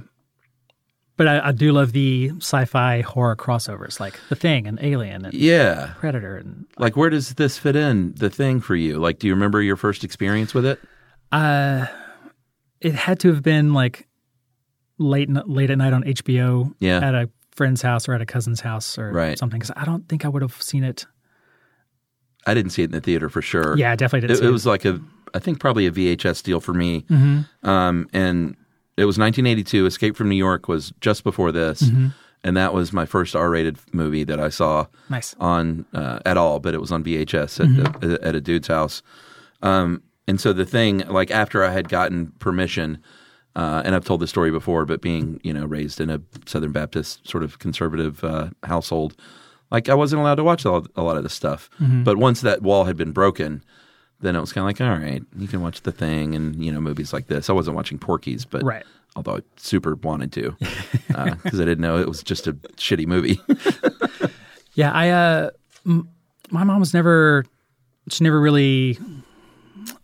B: uh
C: but I, I do love the sci-fi horror crossovers, like The Thing and Alien and
B: Yeah.
C: Predator. And
B: Like where does this fit in the thing for you? Like do you remember your first experience with it?
C: uh, it had to have been like late n- late at night on HBO.
B: Yeah.
C: at a friend's house or at a cousin's house or
B: Right.
C: something. Because I don't think I would have seen it.
B: I didn't see it in the theater for sure.
C: Yeah, I definitely didn't.
B: It,
C: see
B: it was like a I think probably a VHS deal for me.
C: Mm-hmm.
B: Um and it was 1982. Escape from New York was just before this.
C: Mm-hmm.
B: And that was my first R-rated movie that I saw.
C: nice. Mm-hmm.
B: on uh, at all, but it was on VHS at, a, at a dude's house. Um, and so the thing, like after I had gotten permission, uh, and I've told this story before, but being you know raised in a Southern Baptist sort of conservative uh, household, like I wasn't allowed to watch a lot, a lot of this stuff. But once that wall had been broken. Then it was kind of like, all right, you can watch The Thing and you know movies like this. I wasn't watching Porky's, but
C: Right.
B: although I super wanted to, because I didn't know it was just a shitty movie.
C: Yeah, I uh, m- my mom was never she never really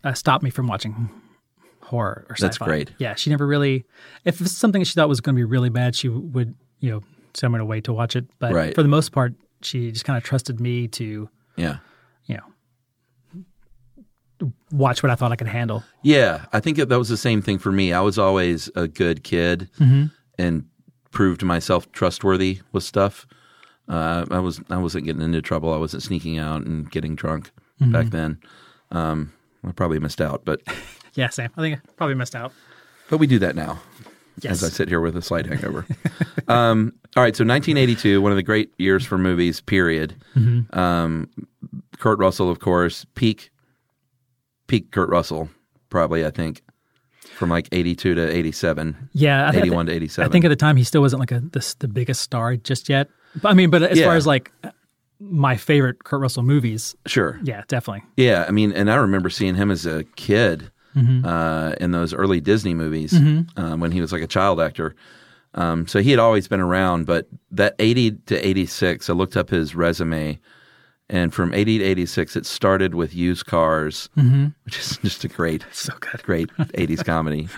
C: uh, stopped me from watching horror or sci-fi.
B: That's great.
C: Yeah, she never really if it's something that she thought was going to be really bad, she would you know send me away to watch it. But
B: Right.
C: for the most part, she just kind of trusted me to
B: yeah.
C: you know watch what I thought I could handle.
B: Yeah, I think that that was the same thing for me. I was always a good kid and proved myself trustworthy with stuff. Uh, I was I wasn't getting into trouble. I wasn't sneaking out and getting drunk back then. Um, I probably missed out, but
C: Yeah, Sam, I think I probably missed out.
B: but we do that now.
C: Yes.
B: As I sit here with a slight hangover. um, all right, so 1982, one of the great years for movies. Period.
C: Mm-hmm.
B: Um, Kurt Russell, of course, peak peak Kurt Russell, probably I think, from like 82 to 87,
C: Yeah, I thi- I thi-
B: 81 to 87.
C: I think at the time he still wasn't like a the, the biggest star just yet. But, I mean, but as
B: Yeah.
C: far as like uh, my favorite Kurt Russell movies,
B: sure.
C: yeah, definitely.
B: Yeah, I mean, and I remember seeing him as a kid
C: Mm-hmm.
B: uh, in those early Disney movies um, when he was like a child actor. Um, so he had always been around, but that 80 to 86, I looked up his resume, and from 80 to 86, it started with used cars, which is just a great, so good. great 80s comedy.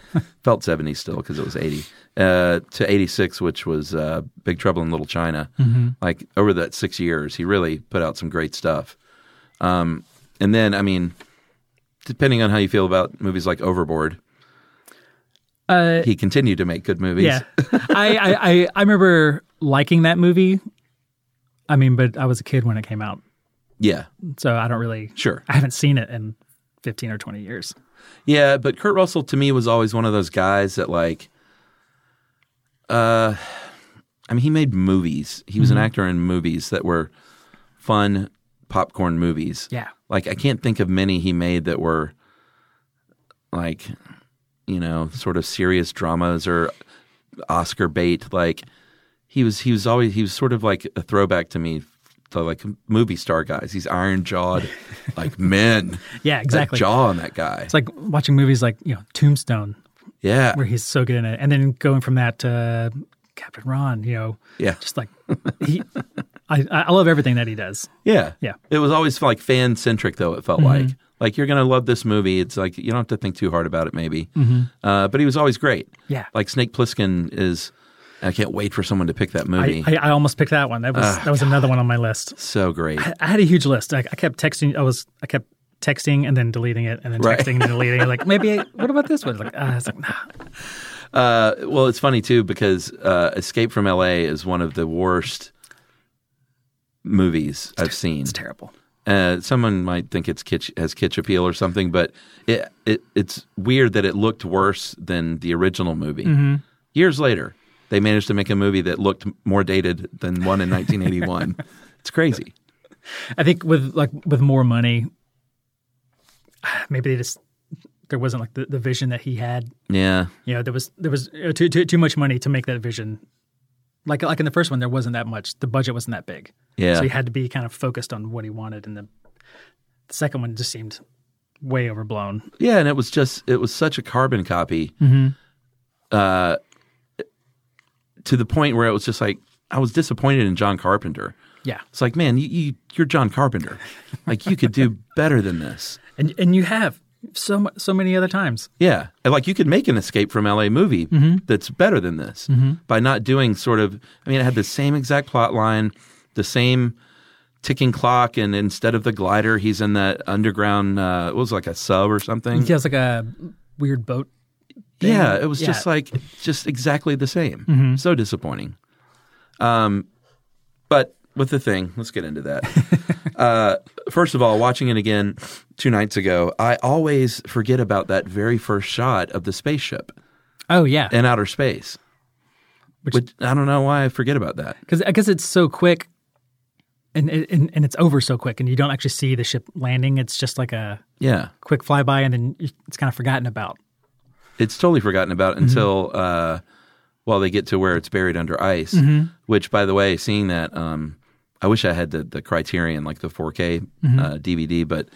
B: Felt 70s still because it was 80. Uh, to 86, which was uh, Big Trouble in Little China. Like over that six years, he really put out some great stuff. Um, And then, I mean, depending on how you feel about movies like Overboard,
C: Uh,
B: He continued to make good movies.
C: yeah, I, I, I I remember liking that movie. I mean, but I was a kid when it came out,
B: Yeah.
C: so I don't really.
B: Sure.
C: I haven't seen it in fifteen or twenty years.
B: Yeah, but Kurt Russell to me was always one of those guys that like uh I mean he made movies. He
C: Mm-hmm.
B: was an actor in movies that were fun popcorn movies.
C: Yeah.
B: Like I can't think of many he made that were like you know, sort of serious dramas or Oscar bait like he was he was always he was sort of like a throwback to me to like movie star guys. He's iron jawed like men.
C: Yeah,
B: That
C: exactly.
B: jaw on that guy.
C: It's like watching movies like you know Tombstone,
B: yeah.
C: where he's so good in it, and then going from that to Captain Ron. You know,
B: Yeah.
C: just like he, I I love everything that he does.
B: Yeah.
C: Yeah. Mm-hmm.
B: It was always like fan centric, though, it felt like. Like, you're going to love this movie. It's like, you don't have to think too hard about it, maybe. Uh, but he was always great.
C: Mm-hmm. Yeah.
B: Like, Snake Plissken is, I can't wait for someone to Ah. pick that movie.
C: I, I, I almost picked that one. That was that was another one on my list.
B: so great.
C: I had a huge list. I, I kept texting. I was I kept texting and then deleting it and then
B: Right.
C: texting and deleting. it. Like maybe I, what about this one? Like uh, I was like nah.
B: Uh, well, it's funny, too, because uh, Escape from LA is one of the worst movies I've seen.
C: It's terrible.
B: Uh, someone might think it's kitsch, has kitsch appeal or something, but it, it it's weird that it looked worse than the original movie. Years later, they managed to make a movie that looked more dated than one in 1981. it's crazy.
C: I think with like with more money, ah, maybe they just there wasn't like the, the vision that he had.
B: Yeah,
C: You know, there was there was uh, too too too much money to make that vision. Like like in the first one, there wasn't that much. The budget wasn't that big,
B: yeah,
C: so he had to be kind of focused on what he wanted. And the, the second one just seemed way overblown.
B: yeah. And it was just it was such a carbon copy, uh, to the point where it was just like I was disappointed in John Carpenter.
C: Yeah,
B: It's like, man, you, you you're John Carpenter. Like you could do better than this.
C: and and you have so mu- so many other times.
B: Yeah, And, like you could make an escape from LA movie that's better than this by not doing sort of. I mean, it had the same exact plot line, the same ticking clock, and instead of the glider, he's in that underground. Uh, it was like a sub or something.
C: He has like a weird boat.
B: Yeah, it was
C: Yeah.
B: just like just exactly the same. So disappointing. Um, but with the thing, let's get into that. uh, first of all, watching it again two nights ago, I always forget about that very first shot of the spaceship
C: Oh yeah,
B: in outer space. Which,
C: Which-
B: I don't know why I forget about that.
C: because I guess it's so quick, and, and and it's over so quick, and you don't actually see the ship landing. It's just like a
B: Yeah,
C: quick flyby, and then it's kind of forgotten about.
B: it's totally forgotten
C: Mm-hmm.
B: about until uh, well they get to where it's buried under ice.
C: Mm-hmm.
B: Which, by the way, seeing that, um, I wish I had the the Criterion like the 4K
C: Mm-hmm.
B: uh, DVD, but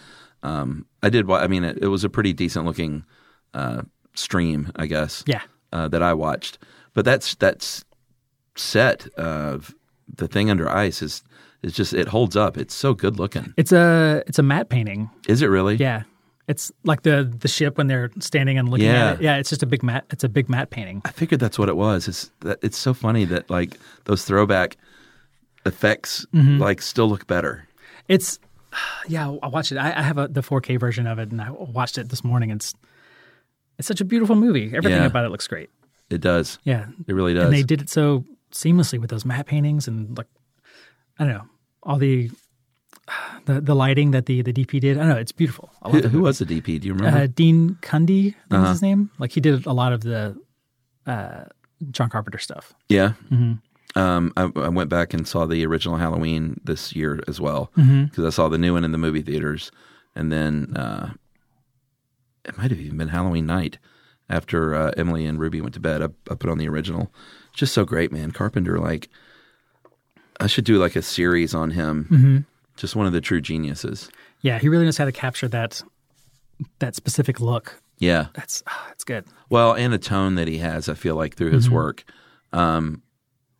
B: um, I did. wa- I mean, it, it was a pretty decent looking uh, stream, I guess.
C: Yeah.
B: uh, that I watched. But that's that's set of the thing under ice is is just it holds up. It's so good looking.
C: It's a it's a matte painting.
B: Is it really?
C: Yeah, it's like the the ship when they're standing and looking
B: Yeah.
C: at it. Yeah, it's just a big matte. It's a big matte painting.
B: I figured that's what it was. It's that it's so funny that like those throwback effects
C: Mm-hmm.
B: like still look better.
C: It's yeah, I watched it. I, I have a, the 4K version of it, and I watched it this morning. It's it's such a beautiful movie. Everything
B: Yeah.
C: about it looks great.
B: It does.
C: Yeah,
B: It really does.
C: and they did it so seamlessly with those matte paintings and like I don't know all the the, the lighting that the the DP did. I don't know. It's beautiful.
B: who,
C: I love it. Uh-huh.
B: who was the DP? Do you remember?
C: Uh, Dean Cundy, I think is his name. Like he did a lot of the uh, John Carpenter stuff.
B: yeah. Um, I, I went back and saw the original Halloween this year as well because I saw the new one in the movie theaters, and then uh, it might have even been Halloween night after uh, Emily and Ruby went to bed. I, I put on the original. Just so great, man. Carpenter, like I should do like a series on him. Just one of the true geniuses.
C: Yeah, he really knows how to capture that that specific look.
B: Yeah.
C: That's ah, that's good.
B: Well, and a tone that he has, I feel like, through his work. Um,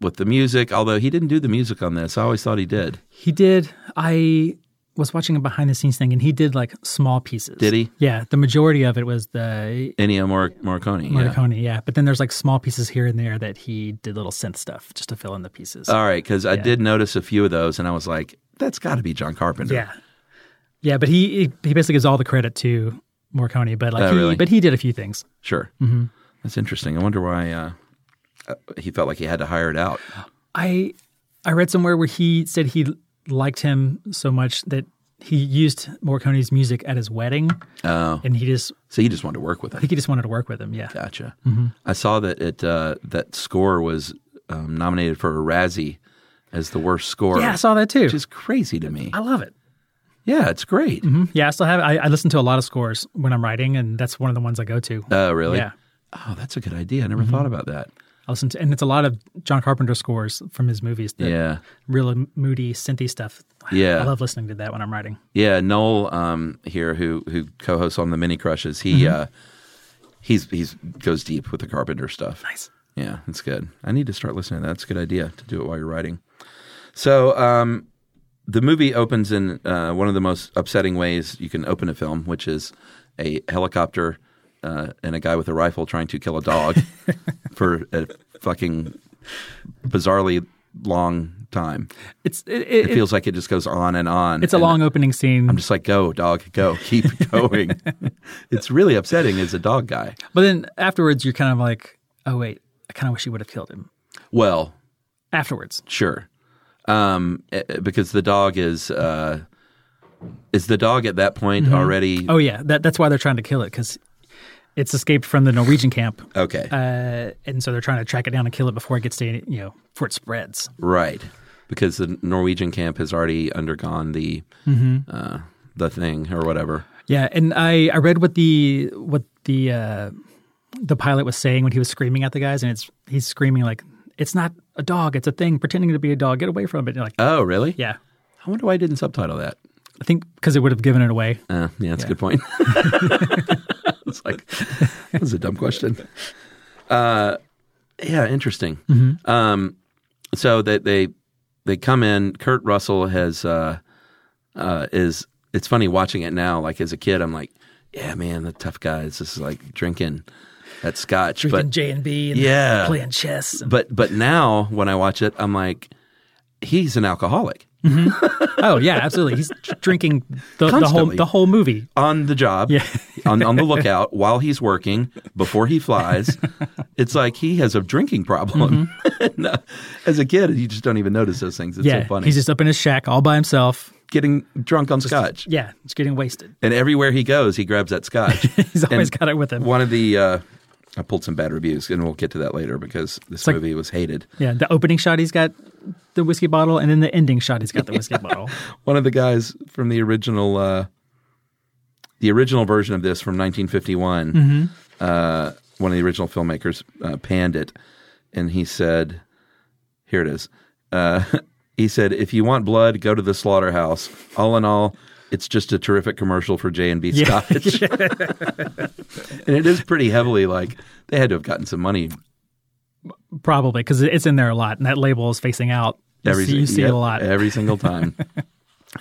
B: with the music, although he didn't do the music on this, I always thought he did.
C: He did. I was watching a behind the scenes thing, and he did like small pieces.
B: Did he?
C: Yeah, the majority of it was the
B: Ennio Mor- Morricone. yeah.
C: Morricone, yeah. But then there's like small pieces here and there that he did little synth stuff just to fill in the pieces.
B: All right, because I did notice a few of those, and I was like, that's got to be John Carpenter.
C: yeah, yeah. But he he basically gives all the credit to Morricone, but like
B: Oh,
C: he,
B: really?
C: but he did a few things.
B: Sure. That's interesting. I wonder why uh, uh, he felt like he had to hire it out.
C: I I read somewhere where he said he liked him so much that he used Morricone's music at his wedding. Oh. And he just
B: So he just wanted to work with
C: I
B: him.
C: think he just wanted to work with him, yeah.
B: Gotcha.
C: Mm-hmm.
B: I saw that it uh, that score was um, nominated for a Razzie as the worst score.
C: Yeah, I saw that too.
B: which is crazy to me.
C: I love it. Mm-hmm.
B: Yeah, it's great.
C: Yeah, I still have I, I listen to a lot of scores when I'm writing and that's one of the ones I go to.
B: Oh, really?
C: Yeah. Mm-hmm.
B: Oh, that's a good idea. I never thought about that.
C: I listen to and it's a lot of John Carpenter scores from his movies. that
B: Yeah.
C: Really moody, synthy stuff.
B: Yeah.
C: I love listening to that when I'm writing.
B: Yeah, Noel um, here, who who co-hosts on the Mini Crushes, he
C: Mm-hmm.
B: uh, he's he's goes deep with the Carpenter stuff. Nice. Yeah, that's good. I need to start listening to that. That's a good idea to do it while you're writing. So um, the movie opens in uh, one of the most upsetting ways you can open a film, which is a helicopter uh, and a guy with a rifle trying to kill a dog for a fucking bizarrely long time.
C: It's it, it,
B: It feels like it just goes on and on.
C: it's a
B: and
C: long opening scene.
B: I'm just like, go, dog, go, keep going. it's really upsetting as a dog guy.
C: But then afterwards, you're kind of like, oh, wait, I kind of wish you would have killed him.
B: Well,
C: Afterwards.
B: sure, um, eh, eh, because the dog is uh, is the dog at that point already
C: Oh, yeah. That, that's why they're trying to kill it because it's escaped from the Norwegian camp.
B: okay,
C: Uh, and so they're trying to track it down and kill it before it gets to, any- you know, before it spreads.
B: right? Because the Norwegian camp has already undergone the
C: Mm-hmm.
B: uh, the thing or whatever.
C: Yeah. And I, I read what the, what the, uh, the pilot was saying when he was screaming at the guys, and it's he's screaming like, "It's not a dog; it's a thing pretending to be a dog. Get away from it!" And you're like,
B: Oh, really?
C: yeah,
B: I wonder why I didn't subtitle that.
C: I think because it would have given it away.
B: Uh, yeah, that's a good point. it's like that was a dumb question. Uh, yeah, interesting. Um, so that they they come in. Kurt Russell has uh, uh, is it's funny watching it now. Like as a kid, I'm like, yeah, man, the tough guys. This is like drinking that scotch,
C: Drinking
B: but
C: J and B, and
B: Yeah.
C: playing chess. and-
B: but but now when I watch it, I'm like, he's an alcoholic
C: Oh yeah, absolutely. He's drinking the, the whole
B: Constantly.
C: the whole movie.
B: on the job,
C: Yeah.
B: on on the lookout while he's working before he flies. it's like he has a drinking problem. And, uh, as a kid, you just don't even notice those things. It's
C: Mm-hmm. yeah,
B: so funny.
C: he's just up in his shack all by himself.
B: getting drunk on scotch,
C: Yeah, he's getting wasted.
B: and everywhere he goes, he grabs that scotch.
C: He's always
B: And
C: got it with him.
B: One of the uh, I pulled some bad reviews, and we'll get to that later because this
C: like-
B: movie was hated.
C: Yeah, the opening shot he's got the whiskey bottle, and then the ending shot he's got the whiskey bottle.
B: One of the guys from the original. Uh, the original version of this from 1951 uh, one of the original filmmakers uh, panned it, and he said, "Here it is." Uh, he said, "If you want blood, go to the slaughterhouse." All in all, it's just a terrific commercial for J and B
C: Yeah.
B: Scotch, and it is pretty heavily like they had to have gotten some money.
C: Probably because it's in there a lot, and that label is facing out. You see, you see it
B: yep,
C: a lot.
B: every single time.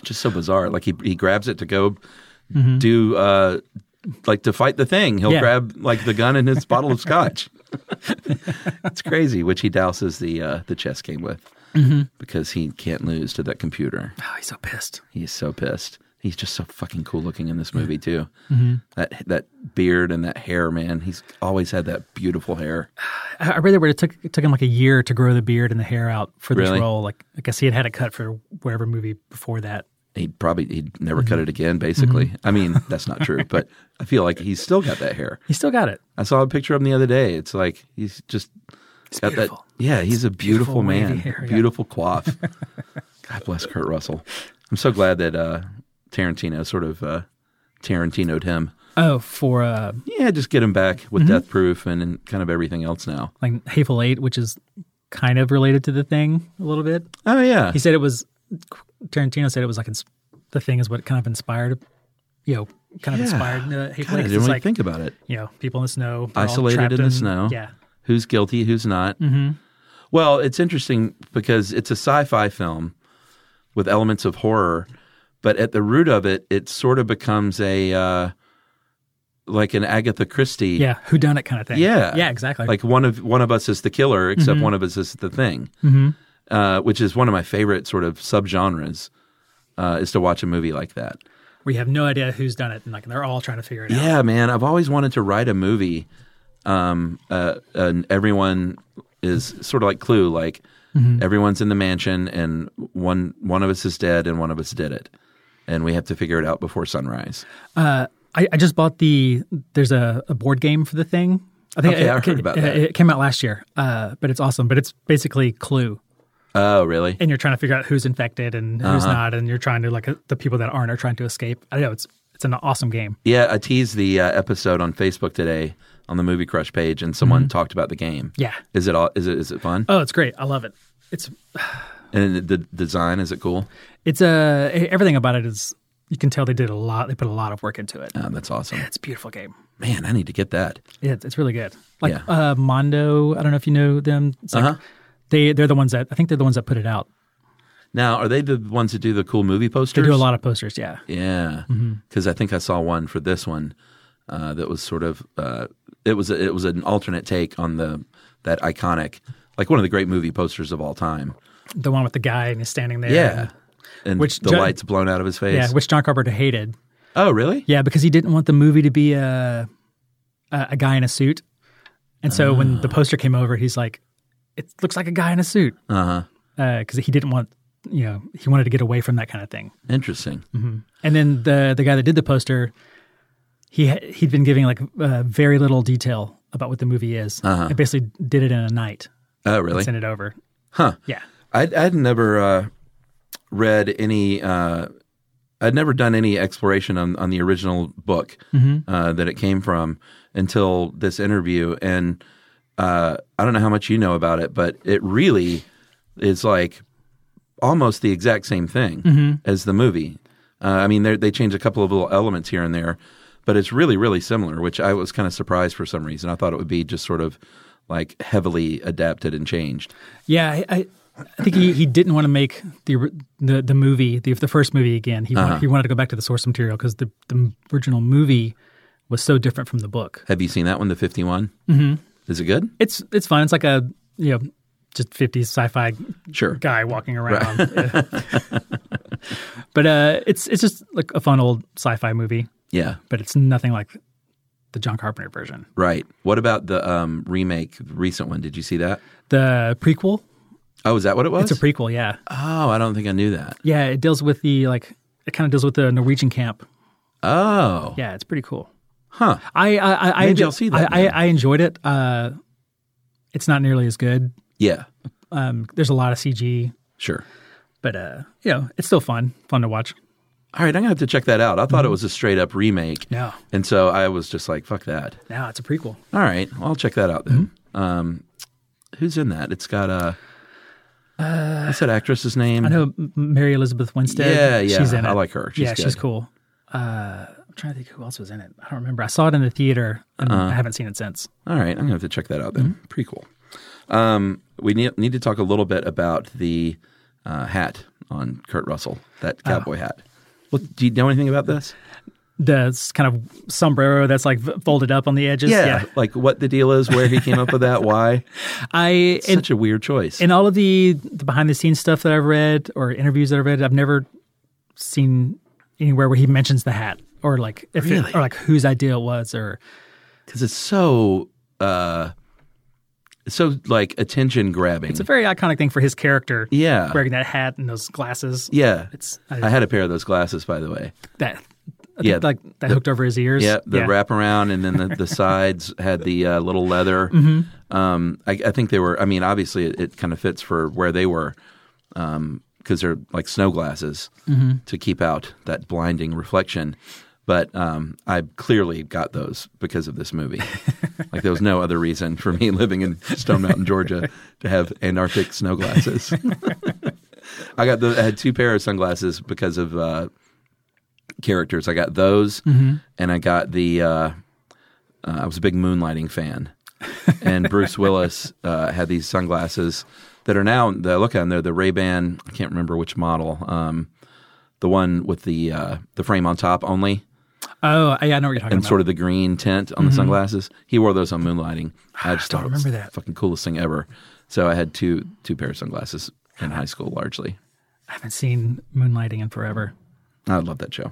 B: just so bizarre. Like he he grabs it to go do. Uh, like to fight the thing, he'll
C: Mm-hmm. Yeah.
B: grab like the gun and his bottle of scotch. it's crazy, which he douses the uh, the chess game with
C: Mm-hmm.
B: because he can't lose to that computer.
C: oh, he's so pissed.
B: He's so pissed. He's just so fucking cool looking in this movie too.
C: Mm-hmm.
B: That that beard and that hair, man. He's always had that beautiful hair.
C: I I read that where it took it took him like a year to grow the beard and the hair out for this
B: Really?
C: role. Like I guess he had had it cut for whatever movie before that.
B: He probably he'd never
C: Mm-hmm.
B: cut it again. Basically, I mean that's not true, but I feel like he's still got that hair.
C: He still got it.
B: I saw a picture of him the other day. It's like he's just got
C: beautiful.
B: that. Yeah, he's a beautiful,
C: beautiful wavy
B: man.
C: hair, yeah.
B: Beautiful coif. God bless Kurt Russell. I'm so glad that uh, Tarantino sort of uh, Tarantinoed him.
C: Oh, for uh,
B: Yeah, just get him back with
C: Mm-hmm.
B: Death Proof and, and kind of everything else now.
C: like Hateful Eight, which is kind of related to the thing a little bit.
B: Oh yeah,
C: He said it was Tarantino said it was like ins- the thing is what kind of inspired, you know, kind of
B: Yeah.
C: inspired
B: God, I
C: uh, Hateful Eight.
B: didn't
C: 'cause
B: really
C: It's like
B: think about it.
C: you know, people in the snow, they're all
B: Isolated
C: trapped
B: in the snow.
C: Yeah,
B: Who's guilty? Who's not? Mm-hmm. Well, it's interesting because it's a sci-fi film with elements of horror, but at the root of it, it sort of becomes a uh, like an Agatha Christie.
C: yeah, who done it kind of thing.
B: Yeah.
C: yeah, exactly. Mm-hmm.
B: Like one of one of us is the killer, except one of us is the thing, uh, which is one of my favorite sort of subgenres. Uh, is to watch a movie like that.
C: where you have no idea who's done it, and like they're all trying to figure it out.
B: Yeah, man, I've always wanted to write a movie um, uh, and everyone is sort of like Clue, like
C: Mm-hmm.
B: everyone's in the mansion, and one one of us is dead, and one of us did it, and we have to figure it out before sunrise.
C: I, I just bought the there's a, a board game for the thing. I think
B: Okay,
C: it,
B: I heard
C: it-
B: about
C: it-
B: that.
C: It came out last year, uh, but it's awesome. But it's basically Clue,
B: Oh, really?
C: and you're trying to figure out who's infected and who's
B: Uh-huh.
C: not, and you're trying to like uh, the people that aren't are trying to escape. I know it's it's an awesome game.
B: Yeah, I teased the uh, episode on Facebook today on the Movie Crush page, and someone talked about the game.
C: Mm-hmm. Yeah.
B: is it all? Is it is it fun?
C: Oh, it's great. I love it. It's
B: and the design is it cool?
C: it's uh, everything about it is you can tell they did a lot. They put a lot of work into it.
B: Oh, that's awesome,
C: It's a beautiful game.
B: man! I need to get that.
C: Yeah, it's, it's really good. Like
B: Yeah.
C: uh, Mondo, I don't know if you know them. It's like,
B: Uh-huh.
C: They they're the ones that I think they're the ones that put it out.
B: Now, are they the ones that do the cool movie
C: They
B: posters?
C: do a lot of posters. Yeah,
B: Yeah,
C: Mm-hmm.
B: because I think I saw one for this one uh, that was sort of uh, it was it was an alternate take on the that iconic like one of the great movie posters of all time.
C: the one with the guy and he's standing there.
B: Yeah, and
C: Which
B: the
C: ju-
B: lights blown out of his face.
C: and- yeah, which John Carpenter hated.
B: oh, really?
C: Yeah, because he didn't want the movie to be a a, a guy in a suit, and so when the
B: Ah.
C: poster came over, he's like, "It looks like a guy in a suit,"
B: Uh huh.
C: because he didn't want you know he wanted to get away from that kind of thing.
B: Interesting.
C: Mm-hmm. And then the the guy that did the poster, he ha- he'd been giving like uh, very little detail about what the movie is, and basically did it in a night,
B: Oh, really?
C: sent it over.
B: Huh.
C: Yeah,
B: I'd, I'd never uh, read any. Uh, I'd never done any exploration on, on the original book uh, that it came from until this interview, and uh, I don't know how much you know about it, but it really is like almost the exact same thing as the movie. Uh, I mean, they're- they change a couple of little elements here and there, but it's really, really similar, which I was kind of surprised for some reason. I thought it would be just sort of like heavily adapted and changed.
C: yeah. I, I, I think he, he didn't want to make the or- the the movie the the first movie again. He wanted, he wanted to go back to the source material because the the original movie was so different from the book.
B: Have you seen that one, the 51? Mm-hmm. Is it good?
C: It's it's fun. It's like a you know just 50s sci-fi
B: Sure.
C: guy walking around. but uh, it's it's just like a fun old sci-fi movie.
B: Yeah,
C: but it's nothing like the John Carpenter version.
B: right. What about the um, remake, the recent one? Did you see that?
C: The prequel,
B: Oh, is that what it was?
C: it's a prequel, yeah,
B: oh, I don't think I knew that.
C: yeah. It deals with the like, it kind of deals with the Norwegian camp.
B: Oh,
C: Yeah, it's pretty cool.
B: huh.
C: I I I, I,
B: Maybe
C: enjo-
B: I'll see that
C: I, I,
B: then.
C: I enjoyed it. Uh, it's not nearly as good.
B: Yeah,
C: Um, there's a lot of CG,
B: sure.
C: but uh, you know, it's still fun, fun to watch.
B: All right, I'm going to have to check that out. I thought
C: Mm-hmm.
B: it was a straight up remake.
C: No.
B: And so I was just like, fuck that.
C: Now it's a prequel.
B: All right, well, I'll check that out then.
C: Mm-hmm.
B: Um, who's in that? It's got a. Uh, what's that actress's name?
C: I know M- Mary Elizabeth Winstead.
B: Yeah, yeah,
C: She's in
B: I
C: it.
B: like her. She's
C: yeah, she's
B: good.
C: cool. Uh, I'm trying to think who else was in it. I don't remember. I saw it in the theater. and
B: Uh-huh.
C: I haven't seen it since.
B: All right, I'm gonna have to check that out then.
C: Mm-hmm.
B: Pretty cool. Um, we need, need to talk a little bit about the uh, hat on Kurt Russell, that
C: Oh.
B: cowboy hat. Well, do you know anything about this?
C: the s- kind of sombrero that's like v- folded up on the edges.
B: like what the deal is, where he came up with that, why?
C: I in,
B: Such a weird choice.
C: in all of the, the behind the scenes stuff that I've read or interviews that I've read, I've never seen anywhere where he mentions the hat or like if it-
B: Really?
C: or like whose idea it was or
B: Because it's so, uh, so like attention grabbing.
C: it's a very iconic thing for his character.
B: Yeah.
C: wearing that hat and those glasses.
B: yeah,
C: it's I,
B: I had a pair of those glasses, by the way.
C: that. I
B: Yeah,
C: think like that hooked over his ears.
B: Yeah, the wraparound and then the, the sides had the uh, little leather. Um, I, I think they were. I mean, obviously, it, it kind of fits for where they were because they're like snow glasses to keep out that blinding reflection. But um, I clearly got those because of this movie. like there was no other reason for me living in Stone Mountain, Georgia, to have Antarctic snow glasses. I got the I had two pair of sunglasses because of uh, characters. I got those, and I got the. Uh, uh, I was a big moonlighting fan, and Bruce Willis uh, had these sunglasses that are now. That I look at them; they're the Ray Ban. I can't remember which model. Um, the one with the uh, the frame on top only,
C: Oh, yeah, I know what you're talking
B: and
C: about.
B: sort of the green tint on the sunglasses. He wore those on moonlighting. I just thought it was
C: remember
B: the
C: that.
B: fucking coolest thing ever. So I had two two pair of sunglasses in high school, largely.
C: I haven't seen Moonlighting in forever.
B: I love that show.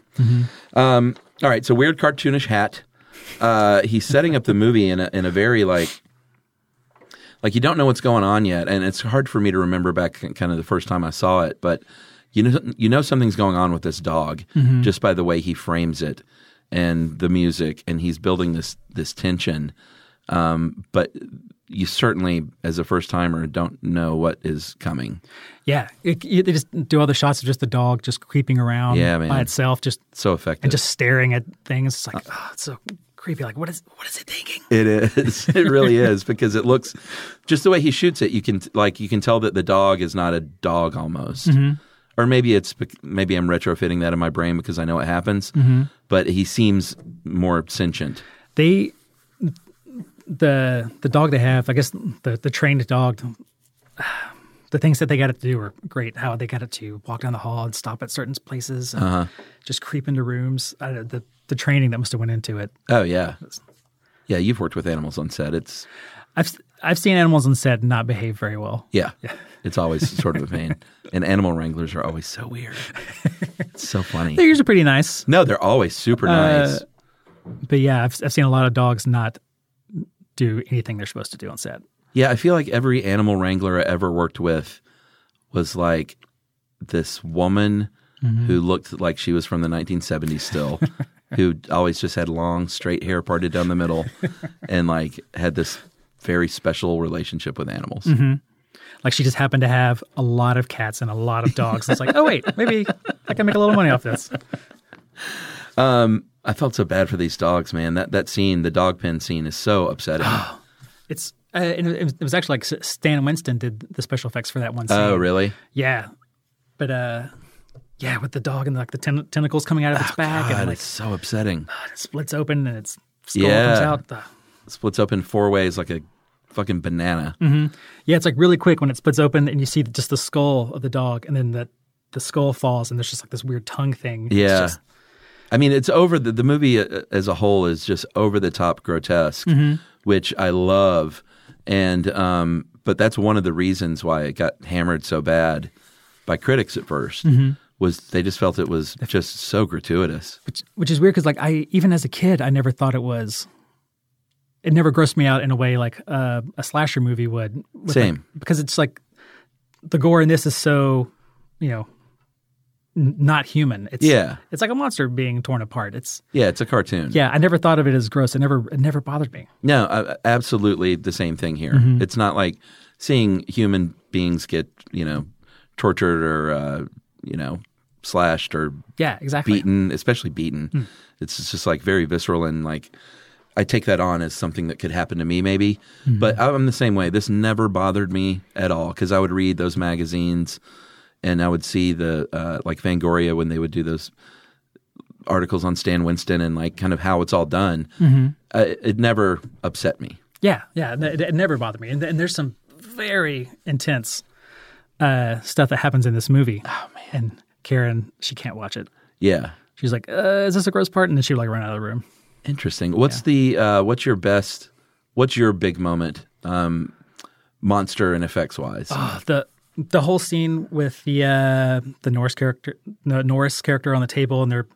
B: Um, all right, so weird cartoonish hat. uh, he's setting up the movie in a, in a very like like you don't know what's going on yet, and it's hard for me to remember back kind of the first time I saw it, but you know you know something's going on with this dog just by the way he frames it and the music, and he's building this this tension. Um, but you certainly, as a first timer, don't know what is coming.
C: Yeah, it, you- they just do all the shots of just the dog just creeping around
B: Yeah, man.
C: by itself, just
B: So effective.
C: and just staring at things. It's
B: Uh,
C: like, oh, it's so creepy. Like, what is what is it thinking?
B: It is. It really is because it looks just the way he shoots it. You can like you can tell that the dog is not a dog almost, or maybe it's bec- maybe I'm retrofitting that in my brain because I know it happens. But he seems more sentient.
C: They the the dog they have, I guess the the trained dog. The things that they got it to do are great. How they got it to walk down the hall and stop at certain places, and
B: Uh-huh.
C: just creep into rooms. I, don't know, the the training that must have went into it.
B: Oh yeah, yeah. You've worked with animals on set. It's
C: I've s- I've seen animals on set not behave very well.
B: yeah, it's always sort of a pain. And animal wranglers are always so weird. It's so funny.
C: They're usually pretty nice,
B: No, they're always super nice.
C: but yeah, I've I've seen a lot of dogs not do anything they're supposed to do on set.
B: Yeah, I feel like every animal wrangler I ever worked with was like this woman who looked like she was from the 1970s still, who always just had long, straight hair parted down the middle and like had this very special relationship with animals.
C: Like she just happened to have a lot of cats and a lot of dogs. It's like, oh wait, maybe I can make a little money off this.
B: I felt so bad for these dogs, man. That that scene, the dog pen scene, is so upsetting.
C: It's uh, and it was- it was actually like S- Stan Winston did the special effects for that one scene.
B: oh, really?
C: Yeah, but uh, yeah, with the dog and like the ten- tentacles coming out of its back
B: Oh, God,
C: and like
B: it's so upsetting.
C: it splits open and its skull comes
B: Yeah.
C: out. Ugh.
B: Splits up in four ways like a fucking banana.
C: yeah, it's like really quick when it splits open and you see just the skull of the dog and then the the skull falls and there's just like this weird tongue thing. It's
B: Yeah.
C: just-
B: I mean, it's over the, the movie uh, as a whole is just over the top grotesque, which I love. And, um, but that's one of the reasons why it got hammered so bad by critics at 1st was they just felt it was just so gratuitous.
C: which which is weird because like I even as a kid I never thought it was. It never grossed me out in a way like uh, a slasher movie would. with, like-
B: Same.
C: because it's like the gore in this is so, you know, n- not human. It's,
B: Yeah.
C: it's like a monster being torn apart. It's
B: Yeah, it's a cartoon.
C: yeah. I never thought of it as gross. It never it never bothered me.
B: No, uh, absolutely the same thing here. It's not like seeing human beings get, you know, tortured or, uh, you know, slashed or
C: Yeah, exactly.
B: beaten, especially beaten. It's just like very visceral and like I take that on as something that could happen to me maybe. But I'm the same way. This never bothered me at all because I would read those magazines and I would see the uh, like Fangoria when they would do those articles on Stan Winston and like kind of how it's all done. Uh, it- it never upset me.
C: Yeah, yeah, and it, it never bothered me. And, and there's some very intense uh, stuff that happens in this movie. Oh man! And Karen, she can't watch it.
B: Yeah.
C: She's like, uh, "Is this a gross part?" And then she would like run out of the room.
B: Interesting. What's the uh, what's your best what's your big moment um monster and effects wise?
C: Oh, the the whole scene with the uh, the Norse character, the Norse character on the table, and they're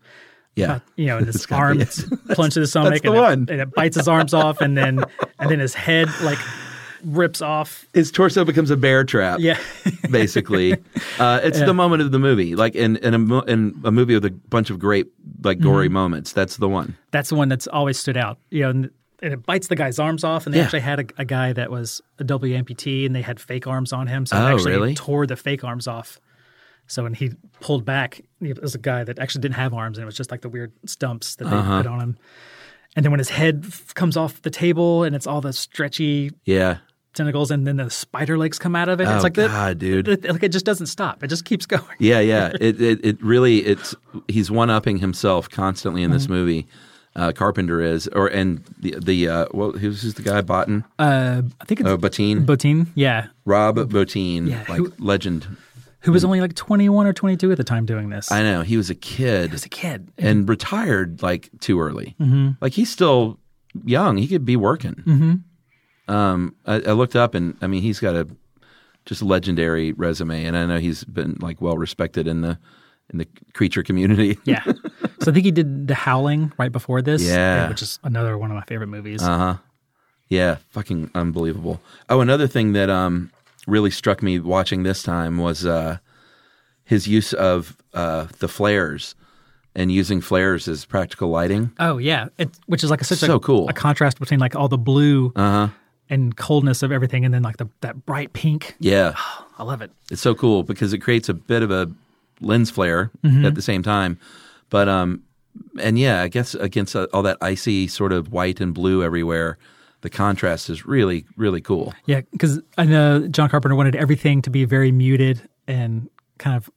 B: yeah.
C: uh, you know, and his
B: gotta
C: arm
B: be
C: plunged to the stomach,
B: the
C: and, it-
B: one.
C: and it bites his arms off, and then and then his head like rips off.
B: his torso becomes a bear trap.
C: Yeah.
B: basically, uh, it's the moment of the movie, like in in a, mo- in a movie with a bunch of great like gory
C: Mm-hmm.
B: moments. That's the one.
C: that's the one that's always stood out. You know, and, and it bites the guy's arms off. And they
B: Yeah.
C: actually had a, a guy that was a amputee, and they had fake arms on him, so
B: Oh,
C: it actually
B: really?
C: tore the fake arms off. So when he pulled back, it was a guy that actually didn't have arms, and it was just like the weird stumps that they
B: Uh-huh.
C: put on him. And then when his head f- comes off the table, and it's all the stretchy
B: Yeah.
C: tentacles, and then the spider legs come out of it.
B: Oh,
C: it's like
B: God,
C: that,
B: dude.
C: It, like it just doesn't stop. It just keeps going.
B: Yeah, yeah. It, it it really it's he's one upping himself constantly in this
C: Mm-hmm.
B: movie. Uh, Carpenter is, or and the the uh, well, who's, who's the guy? Botin,
C: Uh, I think it's
B: oh, Botine,
C: Botine, yeah,
B: Rob Botine,
C: Yeah,
B: like
C: who-
B: legend.
C: who was only like twenty-one or twenty-two at the time doing this.
B: Hmm. I know he was a kid.
C: was a kid.
B: and retired like too early. Mm-hmm. Like he's still young; he could be working. Mm-hmm. Um, I, I looked up, and I mean, he's got a just legendary resume, and I know he's been like well respected in the in the creature community.
C: Yeah, so I think he did The Howling right before this,
B: Yeah. Uh-huh.
C: which is another one of my favorite movies.
B: Yeah, fucking unbelievable. Oh, another thing that um really struck me watching this time was uh his use of uh the flares and using flares as practical lighting.
C: oh yeah, it, which is like a, such
B: So
C: a,
B: cool. Uh-huh.
C: a contrast between like all the blue and coldness of everything, and then like the that bright pink.
B: Yeah.
C: I love it.
B: It's so cool because it creates a bit of a lens flare
C: Mm-hmm.
B: at the same time. But um and yeah, I guess against uh, all that icy sort of white and blue everywhere, the contrast is really really cool.
C: Yeah, because I know John Carpenter wanted everything to be very muted and kind of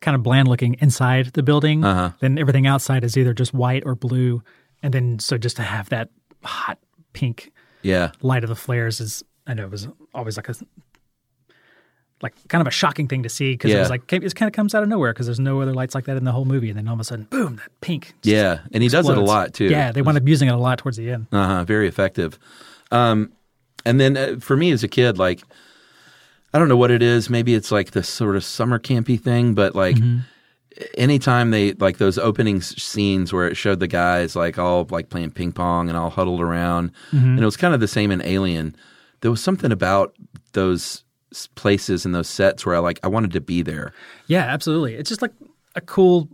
C: kind of bland looking inside the building.
B: Uh-huh.
C: Then everything outside is either just white or blue, and then so just to have that hot pink
B: Yeah.
C: light of the flares is I know it was always like a like kind of a shocking thing to see because it
B: Yeah.
C: was like it just kind of comes out of nowhere because there's no other lights like that in the whole movie, and then all of a sudden, boom, that pink. just
B: Yeah, and he does it a
C: explodes.
B: lot too.
C: Yeah, they wound up using it a lot towards the end.
B: Uh huh. Very effective. Um, and then uh, for me as a kid, like I don't know what it is. Maybe it's like this sort of summer campy thing, but like anytime they like those opening s- scenes where it showed the guys like all like playing ping pong and all huddled around, and it was kind of the same in Alien. There was something about those s- places and those sets where I like I wanted to be there.
C: Yeah, absolutely. It's just like a cool,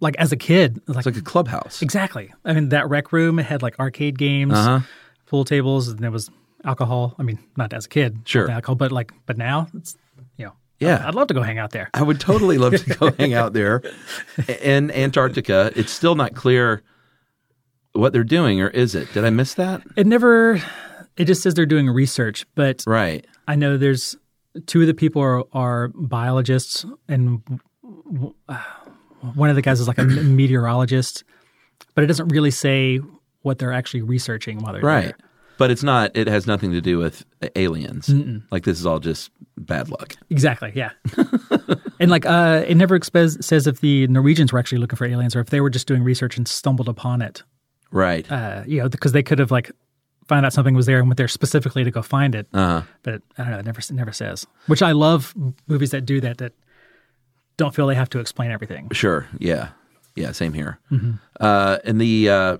C: like as a kid, like,
B: It's like a clubhouse.
C: exactly. I mean, that rec room it had like arcade games,
B: Uh-huh.
C: pool tables, and there was alcohol. I mean, not as a kid,
B: Sure.
C: not alcohol, but like, but now it's you know,
B: Yeah.
C: I'd love to go hang out there.
B: I would totally love to go hang out there in Antarctica. It's still not clear what they're doing, or is it? Did I miss that?
C: It never. It just says they're doing research, but
B: Right.
C: I know there's two of the people are, are biologists, and w- uh, one of the guys is like a meteorologist, but it doesn't really say what they're actually researching while they're
B: Right.
C: there.
B: But it's not, it has nothing to do with aliens. Like, this is all just bad luck.
C: Exactly. Yeah. and like, uh, it never expes- says if the Norwegians were actually looking for aliens or if they were just doing research and stumbled upon it.
B: Right.
C: Uh, you know, because they could have like found out something was there and went there specifically to go find it.
B: Uh-huh.
C: But I don't know. It never it never says. Which I love m- movies that do that. That don't feel they have to explain everything.
B: Sure. Yeah. Yeah. Same here. Uh, and the uh,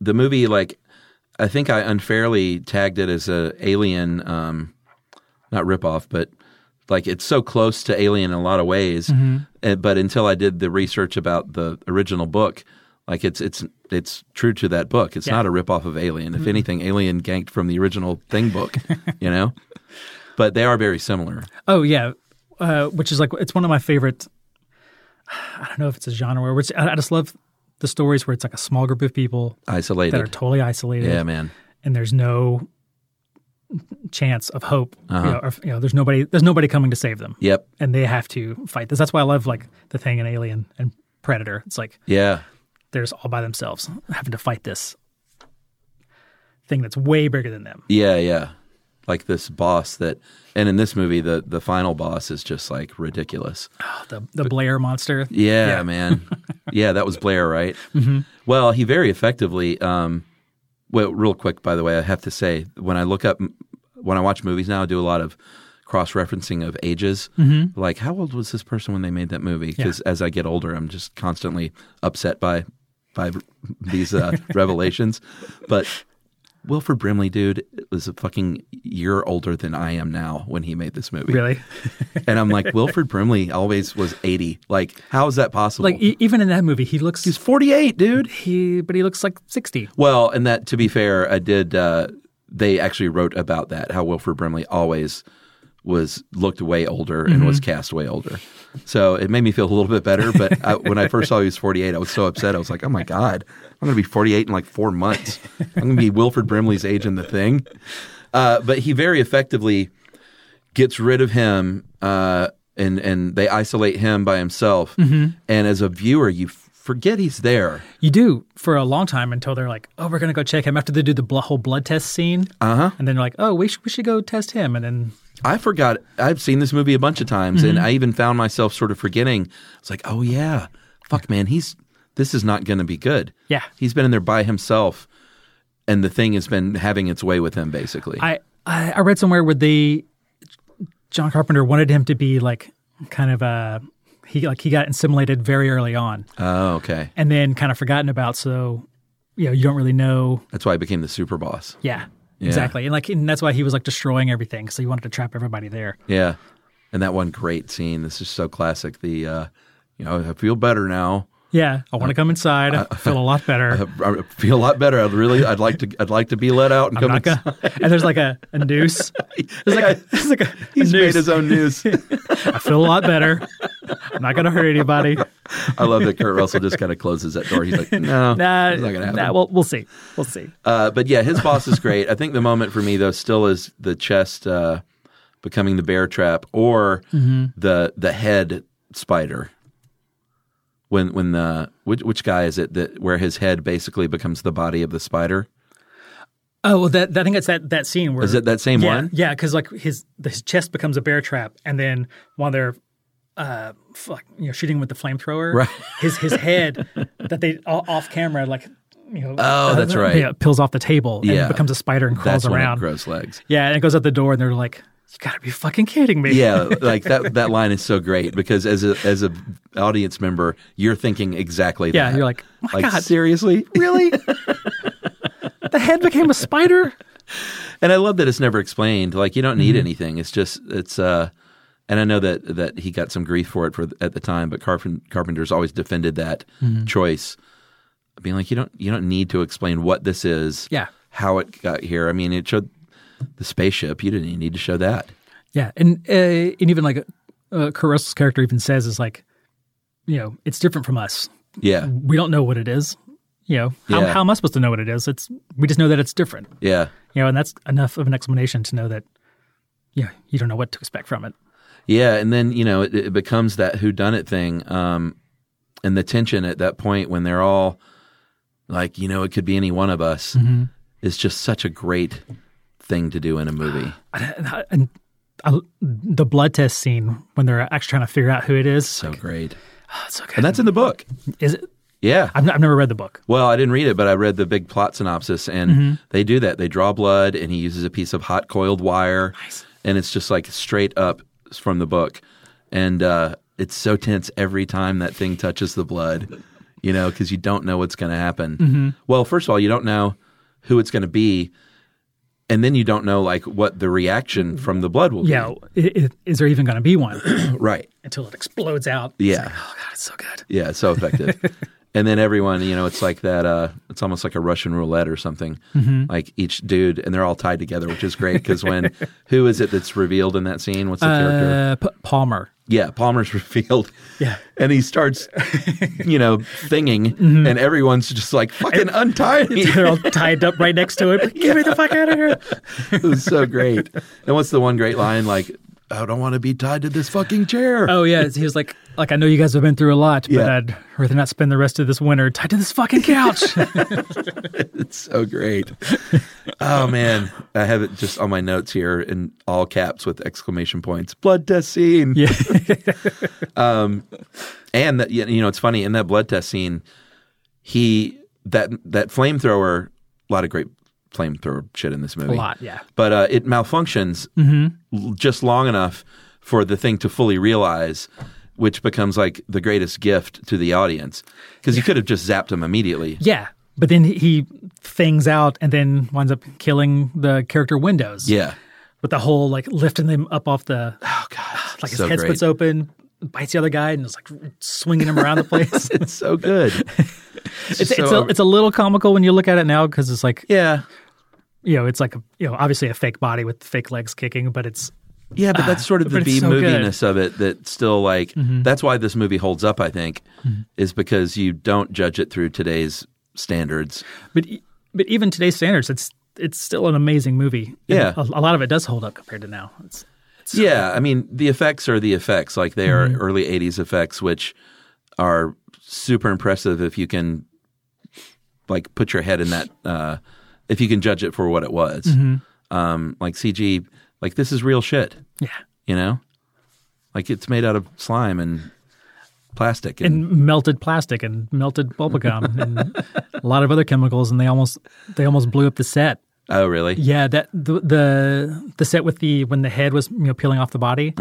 B: the movie, like, I think I unfairly tagged it as a Alien, um, not ripoff, but like it's so close to Alien in a lot of ways.
C: Mm-hmm.
B: Uh, but until I did the research about the original book, like it's it's it's true to that book. It's not a ripoff of Alien.
C: Mm-hmm.
B: If anything, Alien ganked from the original thing book. you know. But they are very similar.
C: Oh yeah, uh, which is like it's one of my favorite. I don't know if it's a genre. Which I, I just love the stories where it's like a small group of people that are
B: Isolated.
C: totally isolated.
B: yeah, man.
C: and there's no chance of hope.
B: Uh-huh.
C: You, know, of- you know, there's nobody. There's nobody coming to save them,
B: Yep.
C: and they have to fight this. That's why I love like the thing in Alien and Predator. It's like
B: Yeah.
C: they're just all by themselves, having to fight this thing that's way bigger than them.
B: Yeah, yeah. Like this boss that, and in this movie, the the final boss is just like ridiculous.
C: The the Blair monster.
B: Yeah, man. yeah, that was Blair, right? Mm-hmm. Well, he very effectively. Um, well, real quick, by the way, I have to say when I look up, when I watch movies now, I do a lot of cross referencing of ages. Mm-hmm. Like, how old was this person when they made that movie? Because as I get older, I'm just constantly upset by by these uh, revelations. But Wilford Brimley, dude, was a fucking year older than I am now when he made this movie.
C: Really?
B: And I'm like, Wilford Brimley always was 80. Like, how is that possible?
C: Like e- even in that movie, he looks
B: he's 48, dude.
C: he, but he looks like sixty.
B: Well, and that, to be fair, I did, uh, they actually wrote about that, how Wilford Brimley always was looked way older and was cast way older. So it made me feel a little bit better. But I, when I first saw he was 48, I was so upset. I was like, oh my God, I'm going to be 48 in like four months. I'm going to be Wilford Brimley's age in the thing. Uh, but he very effectively gets rid of him uh, and, and they isolate him by himself. And as a viewer, you forget he's there.
C: You do for a long time until they're like, oh, we're gonna go check him after they do the bl- whole blood test scene. Uh huh. And then they're like, oh, we should we should go test him, and then
B: I forgot. I've seen this movie a bunch of times,
C: Mm-hmm.
B: and I even found myself sort of forgetting. It's like, oh yeah, fuck, man, he's this is not going to be good.
C: Yeah.
B: he's been in there by himself, and the thing has been having its way with him basically.
C: I, I I read somewhere where they John Carpenter wanted him to be like kind of a he like he got assimilated very early on,
B: Oh, okay.
C: and then kind of forgotten about. So, you know, you don't really know.
B: That's why I became the super boss.
C: Yeah, exactly. And like, and that's why he was like destroying everything. So he wanted to trap everybody there.
B: Yeah. And that one great scene. This is so classic. The, uh, you know, I feel better now.
C: Yeah, I want to come inside. I feel a lot better.
B: I- I feel a lot better. I'd really, I'd like to, I'd like to be let out and come.
C: I'm not
B: ins-
C: gonna. And there's like a, a noose. There's like a, there's like a, a
B: He's made
C: noose.
B: his own news.
C: I feel a lot better. I'm not gonna hurt anybody.
B: I love that Kurt Russell just kind of closes that door. He's like, no,
C: Nah,
B: it's not gonna happen.
C: nah. Well, we'll see. We'll see.
B: Uh, but yeah, his boss is great. I think the moment for me though still is the chest uh, becoming the bear trap or
C: Mm-hmm.
B: the the head spider. When when the which which guy is it that where his head basically becomes the body of the spider?
C: Oh well, that, I think it's that that scene where
B: Is it that same
C: yeah,
B: one?
C: Yeah, because like his his chest becomes a bear trap, and then while they're uh, fuck, you know, shooting with the flamethrower,
B: Right.
C: his his head that they o- off camera like you know
B: Oh, that's
C: uh,
B: right.
C: yeah, peels off the table and
B: Yeah.
C: it becomes a spider and crawls
B: That's when it
C: around.
B: grows legs.
C: Yeah, and it goes out the door, and they're like, "You gotta be fucking kidding me!"
B: Yeah, like that that line is so great because as a as a audience member, you're thinking exactly
C: yeah.
B: that.
C: You're like, "My
B: like
C: God,
B: seriously?
C: really? the head became a spider."
B: And I love that it's never explained. Like you don't need anything. It's just it's uh and I know that that he got some grief for it for at the time, but Carpen, Carpenter's always defended that choice. Being like you don't you don't need to explain what this is.
C: Yeah.
B: How it got here. I mean, it showed the spaceship. You didn't even need to show that.
C: Yeah, and uh, and even like uh, Kurt Russell's character even says is like, you know, it's different from us.
B: Yeah.
C: We don't know what it is. You know, how,
B: Yeah.
C: how am I supposed to know what it is? It's we just know that it's different.
B: Yeah.
C: You know, and that's enough of an explanation to know that, yeah, you don't know what to expect from it.
B: Yeah, and then you know it, it becomes that who done it thing, um, and the tension at that point when they're all like, you know, it could be any one of us, is just such a great thing to do in a movie.
C: And, I- and I, the blood test scene when they're actually trying to figure out who it is.
B: So great,
C: That's okay.
B: and that's in the book.
C: is it?
B: Yeah.
C: I've, n- I've never read the book.
B: Well, I didn't read it, but I read the big plot synopsis, and they do that. They draw blood, and he uses a piece of hot coiled wire, and it's just like straight up from the book, and uh, it's so tense every time that thing touches the blood, you know, because you don't know what's going to happen. Well, first of all, you don't know who it's going to be, and then you don't know like what the reaction from the blood will
C: Yeah, i- i- is there even going to be one
B: be. Right.
C: until it explodes out?
B: Yeah.
C: Oh god, it's so good.
B: Yeah, it's so effective. and then everyone, you know, it's like that. Uh, it's almost like a Russian roulette or something.
C: Mm-hmm.
B: Like each dude, and they're all tied together, which is great because when who is it that's revealed in that scene? What's the character?
C: Uh, P- Palmer.
B: Yeah, Palmer's revealed.
C: Yeah.
B: and he starts, you know, thinging,
C: Mm-hmm.
B: and everyone's just like fucking untied.
C: They're all tied up right next to it. Like, Get me the fuck out of here.
B: it was so great. And what's the one great line? Like, I don't want to be tied to this fucking chair.
C: Oh yeah, he was like, like I know you guys have been through a lot, but
B: Yeah.
C: I'd rather not spend the rest of this winter tied to this fucking couch.
B: It's so great. Oh man, I have it just on my notes here in all caps with exclamation points. Blood test scene.
C: yeah,
B: And that you know, it's funny in that blood test scene, he that that flamethrower, a lot of great flamethrower shit in this
C: a
B: movie.
C: lot. Yeah, Mm-hmm.
B: But uh, it malfunctions l- just long enough for the thing to fully realize which becomes like the greatest gift to the audience because you could have just zapped him immediately.
C: yeah. But then he- he things out and then winds up killing the character Windows.
B: Yeah.
C: with the whole like lifting them up off the. Oh god, like his
B: so
C: head
B: great.
C: splits open, bites the other guy, and is like swinging him around the place.
B: It's so good. It's,
C: it's,
B: just
C: it's,
B: so
C: a,
B: over-
C: it's a little comical when you look at it now because it's like
B: yeah.
C: you know, it's like a, you know, obviously a fake body with fake legs kicking, but it's
B: Yeah, but that's sort of the
C: Ah, but
B: B
C: it's so good. Mm-hmm.
B: moviness of it that still like that's why this movie holds up, I think, is because you don't judge it through today's standards.
C: but e- but even today's standards, it's it's still an amazing movie. And
B: Yeah.
C: a, a lot of it does hold up compared to now. It's, Mm-hmm.
B: yeah, I mean the effects are the effects. Like they are early '80s effects, which are super impressive if you can like put your head in that. Uh, if you can judge it for what it was,
C: Mm-hmm.
B: um, like CG, like this is real shit.
C: yeah,
B: You know, like it's made out of slime and plastic and
C: and melted plastic and melted bubblegum and a lot of other chemicals, and they almost they almost blew up the set.
B: oh really?
C: Yeah, that the the, the set with the when the head was you know peeling off the body.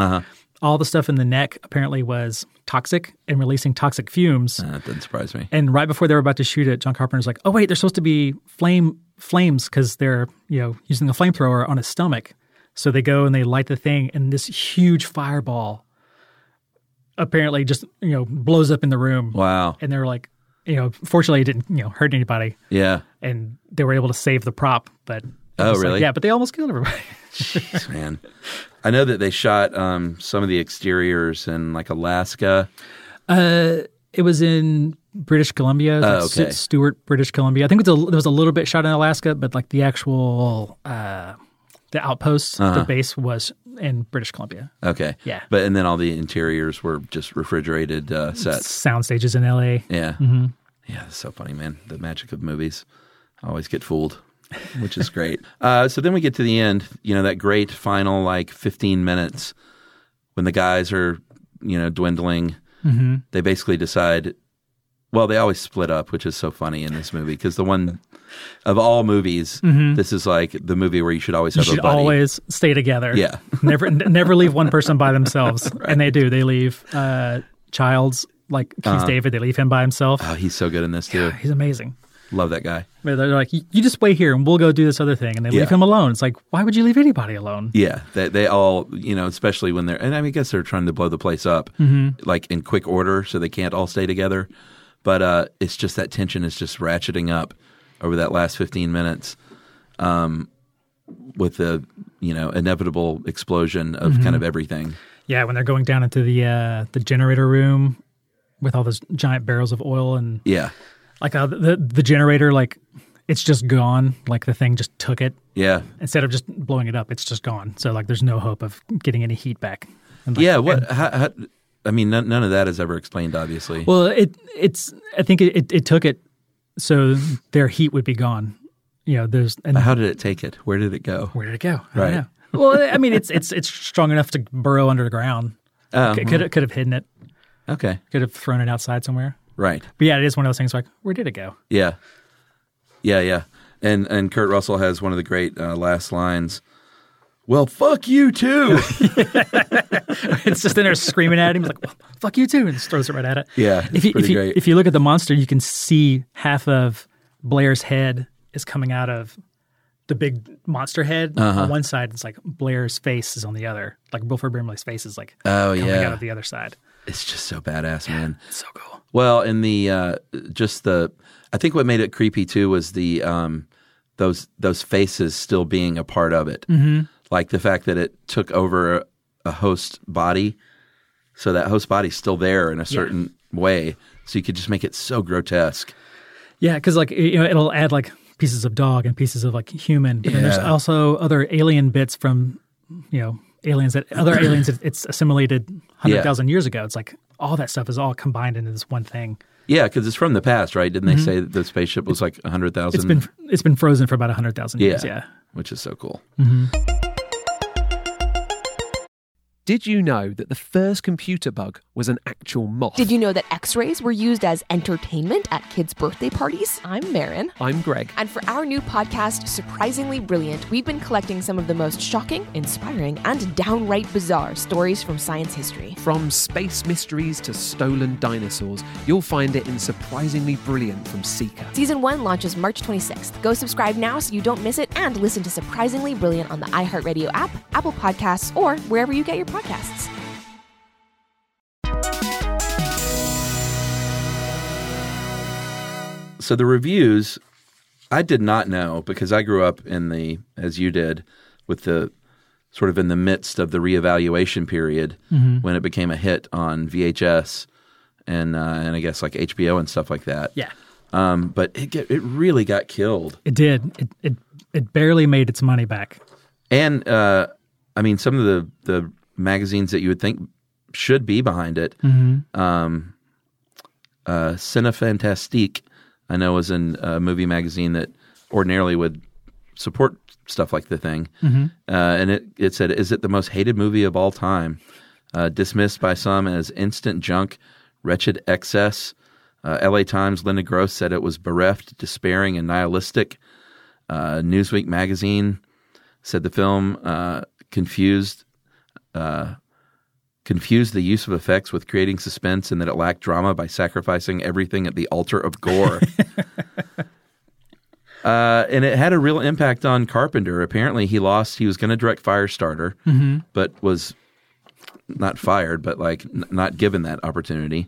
C: all the stuff in the neck apparently was toxic and releasing toxic fumes.
B: That doesn't surprise me.
C: And right before they were about to shoot it, John Carpenter's like, "Oh wait, they're supposed to be flame flames because they're you know using the flamethrower on his stomach." So they go and they light the thing, and this huge fireball apparently just you know blows up in the room.
B: Wow.
C: And they're like, you know, fortunately it didn't you know hurt anybody,
B: Yeah.
C: and they were able to save the prop. But
B: Oh,
C: it's like,
B: really?
C: yeah, but they almost killed everybody.
B: Man, I know that they shot um, some of the exteriors in like Alaska.
C: It was in British Columbia,
B: Oh,
C: like Stu-
B: okay.
C: Stewart, British Columbia. I think it's a, there was a little bit shot in Alaska, but like the actual uh, the outpost, the
B: Uh-huh.
C: base was in British Columbia.
B: Okay.
C: Yeah.
B: But and then all the interiors were just refrigerated uh, sets.
C: Sound stages in LA.
B: Yeah.
C: Mm-hmm.
B: Yeah, it's so funny, man. The magic of movies. I always get fooled, which is great. uh, so then we get to the end, you know, that great final like 15 minutes when the guys are, you know, dwindling.
C: Mm-hmm.
B: They basically decide, well, they always split up, which is so funny in this movie because the one of all movies, this is like the movie where you should always
C: Mm-hmm. You
B: have
C: should
B: a buddy.
C: always stay together.
B: Yeah.
C: never n- never leave one person by themselves, and they do. They leave uh, Childs like Keith David. They leave him by himself.
B: Uh-huh. Oh, he's so good in this too.
C: He's amazing.
B: Love that guy.
C: But They're like, you you just wait here, and we'll go do this other thing, and they
B: Yeah.
C: leave him alone. It's like, why would you leave anybody alone?
B: Yeah, they they all you know, especially when they're and I mean, I guess they're trying to blow the place up
C: Mm-hmm.
B: like in quick order, so they can't all stay together. But uh, it's just that tension is just ratcheting up over that last fifteen minutes, um, with the you know inevitable explosion
C: Mm-hmm.
B: of kind of everything.
C: Yeah, when they're going down into the uh, the generator room with all those giant barrels of oil and
B: Yeah,
C: like uh, the the generator, like it's just gone. Like the thing just took it
B: yeah,
C: instead of just blowing it up. It's just gone. So like, there's no hope of getting any heat back. And, like,
B: yeah. What? How, how, I mean, none, none of that is ever explained, obviously.
C: Well, it it's I think it, it, it took it, so their heat would be gone. You know, there's and
B: But how did it take it? Where did it go?
C: where did it go? I
B: Uh-huh. Right.
C: don't know. well, I mean, it's it's it's strong enough to burrow underground.
B: Oh,
C: It could could have hidden it.
B: okay,
C: Could have thrown it outside somewhere.
B: right.
C: But yeah, it is one of those things. Like, where did it go?
B: Yeah, yeah, yeah. And and Kurt Russell has one of the great uh, last lines. Well, fuck you too. Oh,
C: it's just in there screaming at him. He's like, well, fuck you too, and just throws it right at it.
B: Yeah, it's
C: If you,
B: pretty
C: if, you,
B: great.
C: if you look at the monster, you can see half of Blair's head is coming out of the big monster head
B: Uh-huh.
C: on one side. It's like Blair's face is on the other. Like Wilford Brimley's face is like
B: Oh,
C: coming
B: yeah.
C: out of the other side.
B: it's just so badass, man.
C: So cool.
B: Well, and the uh, just the I think what made it creepy too was the um, those those faces still being a part of it, mm-hmm. like the fact that it took over a, a host body, so that host body's still there in a certain way. So you could just make it so grotesque.
C: Yeah, because like you know, it'll add like pieces of dog and pieces of like human. But then there's
B: Yeah.
C: also other alien bits from you know aliens that other aliens that it's assimilated
B: Yeah.
C: hundred thousand years ago. It's like all that stuff is all combined into this one thing.
B: Yeah, because it's from the past, right? Didn't they say that the spaceship was like hundred thousand?
C: Mm-hmm. It's been it's been frozen for about hundred thousand years. Yeah.
B: Which is so cool.
E: Did you know that the first computer bug was an actual moth?
F: Did you know that x rays were used as entertainment at kids' birthday parties? I'm Marin.
E: I'm Greg.
F: And for our new podcast, Surprisingly Brilliant, we've been collecting some of the most shocking, inspiring, and downright bizarre stories from science history.
E: From space mysteries to stolen dinosaurs, you'll find it in Surprisingly Brilliant from Seeker.
F: Season 1 launches March 26th. Go subscribe now so you don't miss it and listen to Surprisingly Brilliant on the iHeartRadio app, Apple Podcasts, or wherever you get your podcasts.
B: so the reviews i did not know because i grew up in the as you did with the sort of in the midst of the reevaluation period
C: Mm-hmm.
B: when it became a hit on vhs and uh, and i guess like hbo and stuff like that
C: Yeah.
B: um, but it get, it really got killed
C: It did. It, it it barely made its money back.
B: and uh, i mean some of the the magazines that you would think should be behind it um, uh, cinefantastique i know was in a movie magazine that ordinarily would support stuff like the thing uh, and it, it said is it the most hated movie of all time uh, dismissed by some as instant junk wretched excess uh, la times linda gross said it was bereft despairing and nihilistic uh, newsweek magazine said the film uh, confused uh, confused the use of effects with creating suspense and that it lacked drama by sacrificing everything at the altar of gore. Uh, and it had a real impact on Carpenter. Apparently, he lost. He was going to direct Firestarter, but was not fired, but like n- not given that opportunity.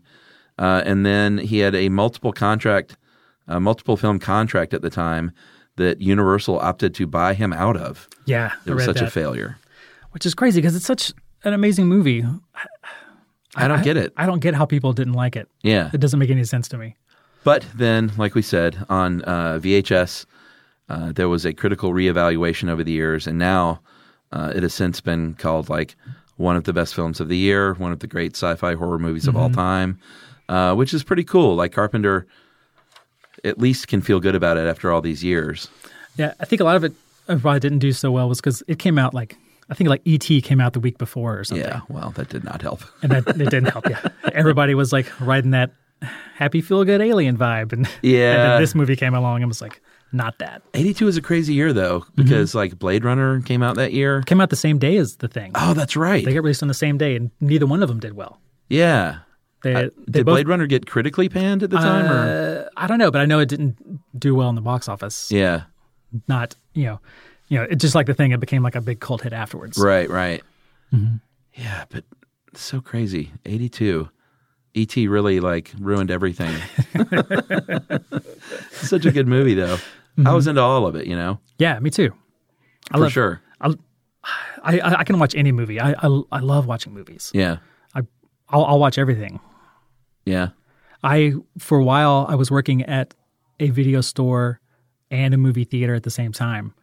B: Uh, and then he had a multiple contract, a multiple film contract at the time that Universal opted to buy him out of.
C: Yeah,
B: It
C: I
B: was
C: read
B: such a
C: that.
B: failure.
C: which is crazy because it's such an amazing movie.
B: I don't get it.
C: I don't get how people didn't like it.
B: Yeah.
C: It doesn't make any sense to me.
B: But then, like we said, on uh, VHS, uh, there was a critical reevaluation over the years, and now uh, it has since been called like one of the best films of the year, one of the great sci-fi horror movies of
C: Mm-hmm.
B: all time, uh, which is pretty cool. Like Carpenter, at least can feel good about it after all these years.
C: Yeah, I think a lot of it uh, why it didn't do so well was because it came out like I think like ET came out the week before or something,
B: Yeah, well, that did not help.
C: and that it didn't help. Yeah, everybody was like riding that happy feel good alien vibe, and and
B: Yeah.
C: then this movie came along and was like not that.
B: 82 is a crazy year though
C: Mm-hmm.
B: because like Blade Runner came out that year.
C: Came out the same day as the thing.
B: Oh, that's right.
C: They got released on the same day, and neither one of them did well.
B: yeah.
C: They,
B: Uh,
C: they
B: did
C: both,
B: Blade Runner get critically panned at the time or
C: I don't know, but I know it didn't do well in the box office.
B: Yeah.
C: Not you know, you know, it just like the thing. It became like a big cult hit afterwards.
B: Right, right.
C: Mm-hmm.
B: Yeah, but it's so crazy. 82. ET really like ruined everything. Such a good movie though. I was into all of it, you know.
C: Yeah, me too. Mm-hmm. I
B: for
C: love,
B: sure.
C: I, I I can watch any movie. I I, I love watching movies.
B: Yeah.
C: I'll, I'll watch everything.
B: Yeah.
C: I for a while I was working at a video store and a movie theater at the same time.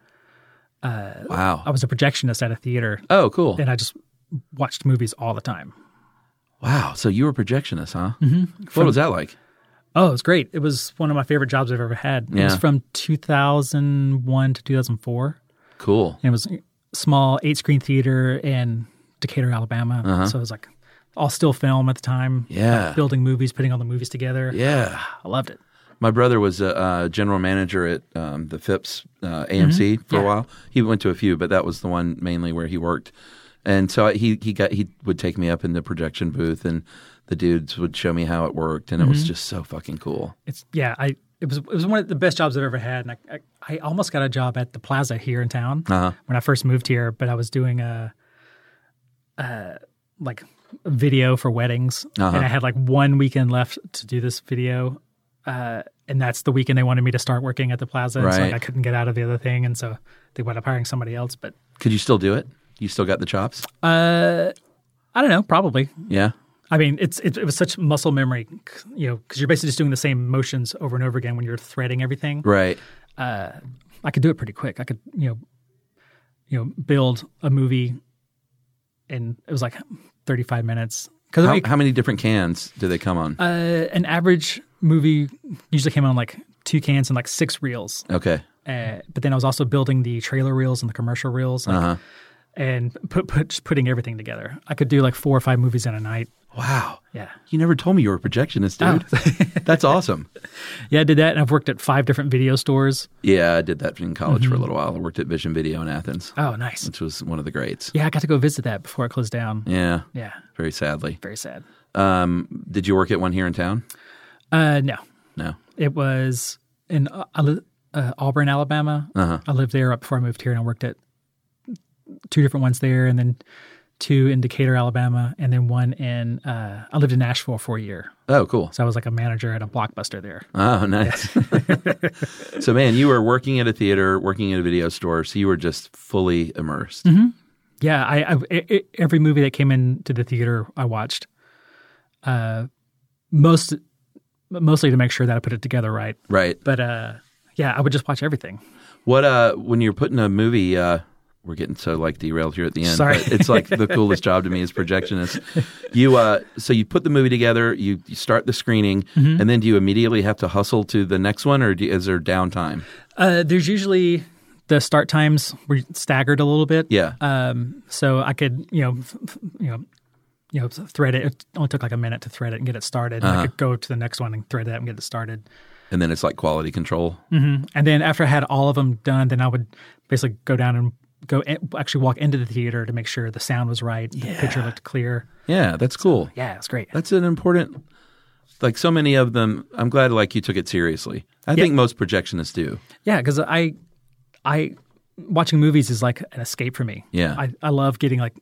B: Wow.
C: I was a projectionist at a theater,
B: oh, cool.
C: and I just watched movies all the time.
B: Wow. So you were a projectionist, huh? Mm-hmm. What was that like?
C: Oh, it was great. It was one of my favorite jobs I've ever had. It was
B: Yeah.
C: from 2001 to 2004.
B: Cool.
C: And it was a small eight screen theater in Decatur, Alabama. So it was like all still film at the time.
B: Uh-huh. Yeah.
C: Like, building movies, putting all the movies together.
B: Yeah.
C: I loved it.
B: My brother was a uh, general manager at um, the Phipps uh, AMC for a while. He went to a few, but that was the one mainly where he worked. And so he he got he would take me up in the projection booth, and the dudes would show me how it worked, and it was just so fucking cool.
C: It's yeah, I it was it was one of the best jobs I've ever had, and I I, I almost got a job at the plaza here in town when I first moved here, but I was doing a, uh, like video for weddings, and I had like one weekend left to do this video. Uh, and that's the weekend they wanted me to start working at the plaza. and So like,
B: Right.
C: I couldn't get out of the other thing, and so they wound up hiring somebody else. But uh,
B: Could you still do it? You still got the chops?
C: I don't know, probably.
B: Yeah.
C: I mean, it's it, it was such muscle memory, c- you know, because you're basically just doing the same motions over and over again when you're threading everything.
B: Right.
C: I could do it pretty quick. I could, you know, you know, build a movie, and it was like 35 minutes. Because
B: How, how many different cans do they come on?
C: uh, an average movie usually came on like two cans and like six reels.
B: okay.
C: Uh, but then I was also building the trailer reels and the commercial reels, like,
B: Uh-huh.
C: and put, put just putting everything together. I could do like four or five movies in a night.
B: Wow.
C: Yeah,
B: You never told me you were a projectionist, dude. That's awesome.
C: yeah, I did that, and I've worked at five different video stores.
B: Yeah, I did that in college for a little while. I worked at Vision Video in Athens,
C: Oh, nice.
B: which was one of the greats.
C: Yeah, I got to go visit that before it closed down.
B: Yeah.
C: Yeah,
B: Very sadly.
C: very sad.
B: Um, did you work at one here in town?
C: Uh, no,
B: No.
C: It was in uh, I li- uh, Auburn, Alabama. I lived there up before I moved here, and I worked at two different ones there, and then two in Decatur, Alabama, and then one in. Uh, I lived in Nashville for a year,
B: Oh, cool.
C: so I was like a manager at a blockbuster there.
B: Oh, nice. so, man, you were working at a theater, working at a video store, so you were just fully immersed.
C: Yeah, I, I- I- I- every movie that came into the theater, I watched. Uh, most mostly to make sure that I put it together right,
B: Right.
C: but uh, yeah, I would just watch everything.
B: What uh, when you're putting a movie, uh, we're getting so like derailed here at the end.
C: Sorry.
B: but it's like the coolest job to me is projectionist. You uh, so you put the movie together, you, you start the screening, and then do you immediately have to hustle to the next one, or do, is there downtime?
C: Uh, there's usually the start times were staggered a little bit.
B: Yeah.
C: Um, so I could, you know, f- f- you know, you know, thread it. It only took like a minute to thread it and get it started. And I could go to the next one and thread that and get it started.
B: and then it's like quality control.
C: And then after I had all of them done, then I would basically go down and go in, actually walk into the theater to make sure the sound was right, the picture looked clear.
B: Yeah, that's cool.
C: Yeah, it's great.
B: That's an important like so many of them. I'm glad like you took it seriously. I think most projectionists do.
C: Yeah, because I, I watching movies is like an escape for me.
B: Yeah.
C: I, I love getting like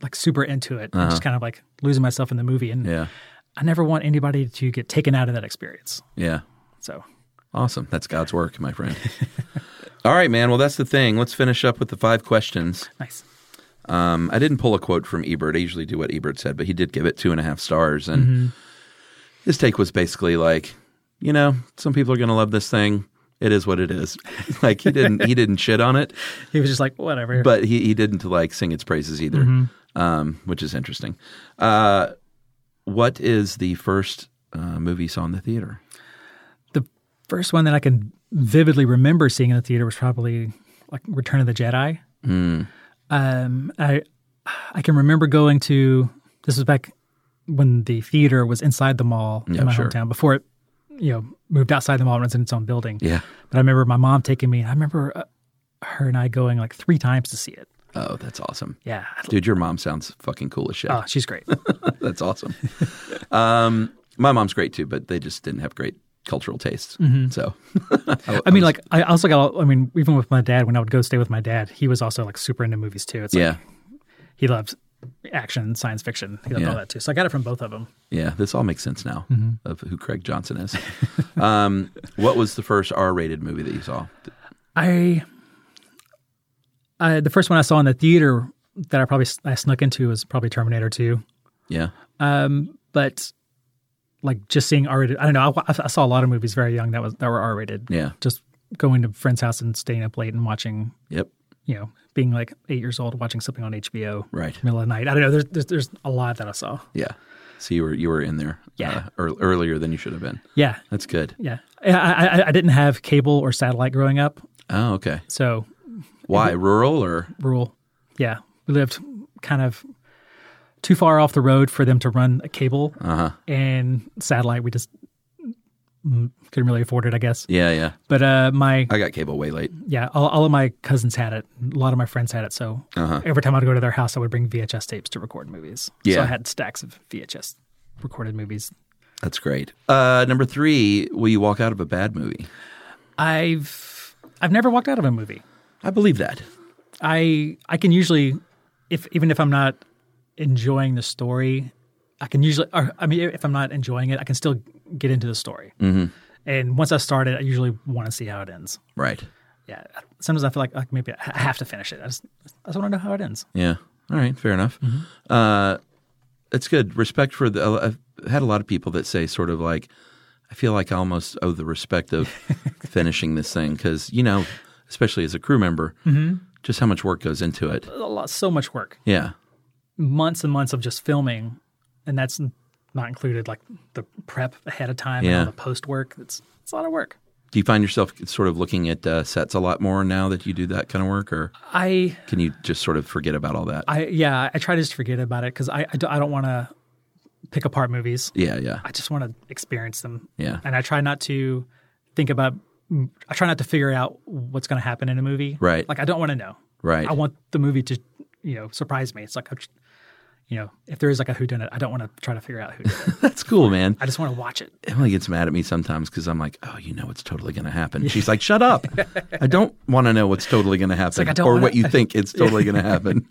C: like super into it and just kind of like losing myself in the movie. And
B: Yeah.
C: I never want anybody to get taken out of that experience.
B: Yeah.
C: So
B: Awesome. That's God's work, my friend. All right, man. Well, that's the thing. Let's finish up with the five questions.
C: nice.
B: Um, I didn't pull a quote from Ebert. I usually do what Ebert said, but he did give it two and a half stars. And his take was basically like, you know, some people are going to love this thing. It is what it is. like he didn't he didn't shit on it,
C: He was just like whatever.
B: but he, he didn't like sing its praises either,
C: Mm-hmm.
B: um, which is interesting. Uh, what is the first uh, movie you saw in the theater?
C: the first one that I can vividly remember seeing in the theater was probably like Return of the Jedi.
B: Mm.
C: Um, I I can remember going to this was back when the theater was inside the mall
B: Yeah,
C: in my
B: sure.
C: hometown before it you know moved outside the mall and was in its own building.
B: Yeah.
C: But I remember my mom taking me. I remember uh, her and I going like three times to see it.
B: Oh, that's awesome.
C: Yeah.
B: Dude, your mom sounds fucking cool as shit.
C: Oh, she's great.
B: That's awesome. um, my mom's great too, but they just didn't have great cultural tastes. So,
C: Mm-hmm. I mean, like I also got. all- I mean, even with my dad, when I would go stay with my dad, he was also like super into movies too. It's like,
B: yeah,
C: he loves action, science fiction. He loved
B: Yeah.
C: all that too. So I got it from both of them.
B: yeah, this all makes sense now
C: Mm-hmm.
B: of who Craig Johnson is. um, what was the first R-rated movie that you saw?
C: I, I the first one I saw in the theater that I probably s- I snuck into was probably Terminator Two,
B: Yeah,
C: but like just seeing R rated. I don't know. I wa- I, saw a lot of movies very young that was that were R rated.
B: yeah,
C: Just going to friends' house and staying up late and watching.
B: yep,
C: You know, being like eight years old watching something on HBO.
B: Right.
C: Middle of the night. I don't know. There's there's, there's a lot that I saw.
B: yeah. So you were you were in there,
C: Yeah.
B: uh, ear- earlier than you should have been.
C: Yeah.
B: That's good.
C: Yeah. I, I, I didn't have cable or satellite growing up,
B: Oh, okay.
C: so
B: Why rural or
C: rural. Yeah, we lived kind of too far off the road for them to run a cable
B: Uh-huh.
C: and satellite. We just mm, couldn't really afford it, I guess.
B: yeah, yeah.
C: But uh, my
B: I got cable way late.
C: yeah, all, all of my cousins had it. A lot of my friends had it. So
B: Uh-huh.
C: every time I'd go to their house, I would bring VHS tapes to record movies. so
B: Yeah.
C: I had stacks of VHS recorded movies.
B: That's great. Uh, number three, will you walk out of a bad movie?
C: I've I've never walked out of a movie.
B: I believe that.
C: I I can usually, if even if I'm not enjoying the story, I can usually. Or, I mean, if I'm not enjoying it, I can still get into the story. And once I start it, I usually want to see how it ends.
B: Right.
C: Yeah. Sometimes I feel like, like maybe I have to finish it. I just I just want to know how it ends.
B: Yeah. All right. Fair enough. Uh, it's good. Respect for the. uh, I've had a lot of people that say sort of like, I feel like I almost owe the respect of finishing this thing because you know, especially as a crew member, just how much work goes into it.
C: A lot, so much work,
B: Yeah.
C: months and months of just filming, and that's not included like the prep ahead of time and
B: Yeah.
C: all the post work. It's it's a lot of work.
B: Do you find yourself sort of looking at uh, sets a lot more now that you do that kind of work, or
C: I
B: can you just sort of forget about all that?
C: I yeah, I try to just forget about it because I I, do, not want to pick apart movies.
B: yeah. Yeah.
C: I just want to experience them.
B: Yeah.
C: and I try not to think about. I try not to figure out what's going to happen in a movie.
B: Right.
C: Like I don't want to know.
B: Right.
C: I want the movie to, you know, surprise me. It's like, I'm just- you know, if there is like a whodunit, I don't want to try to figure out who. Did it.
B: That's cool, man.
C: I just want to watch it.
B: Emily gets mad at me sometimes because I'm like, oh, you know what's totally going to happen. She's like, shut up. I don't want to know what's totally going to happen
C: like, I don't
B: or
C: wanna-
B: what you think it's totally going to happen.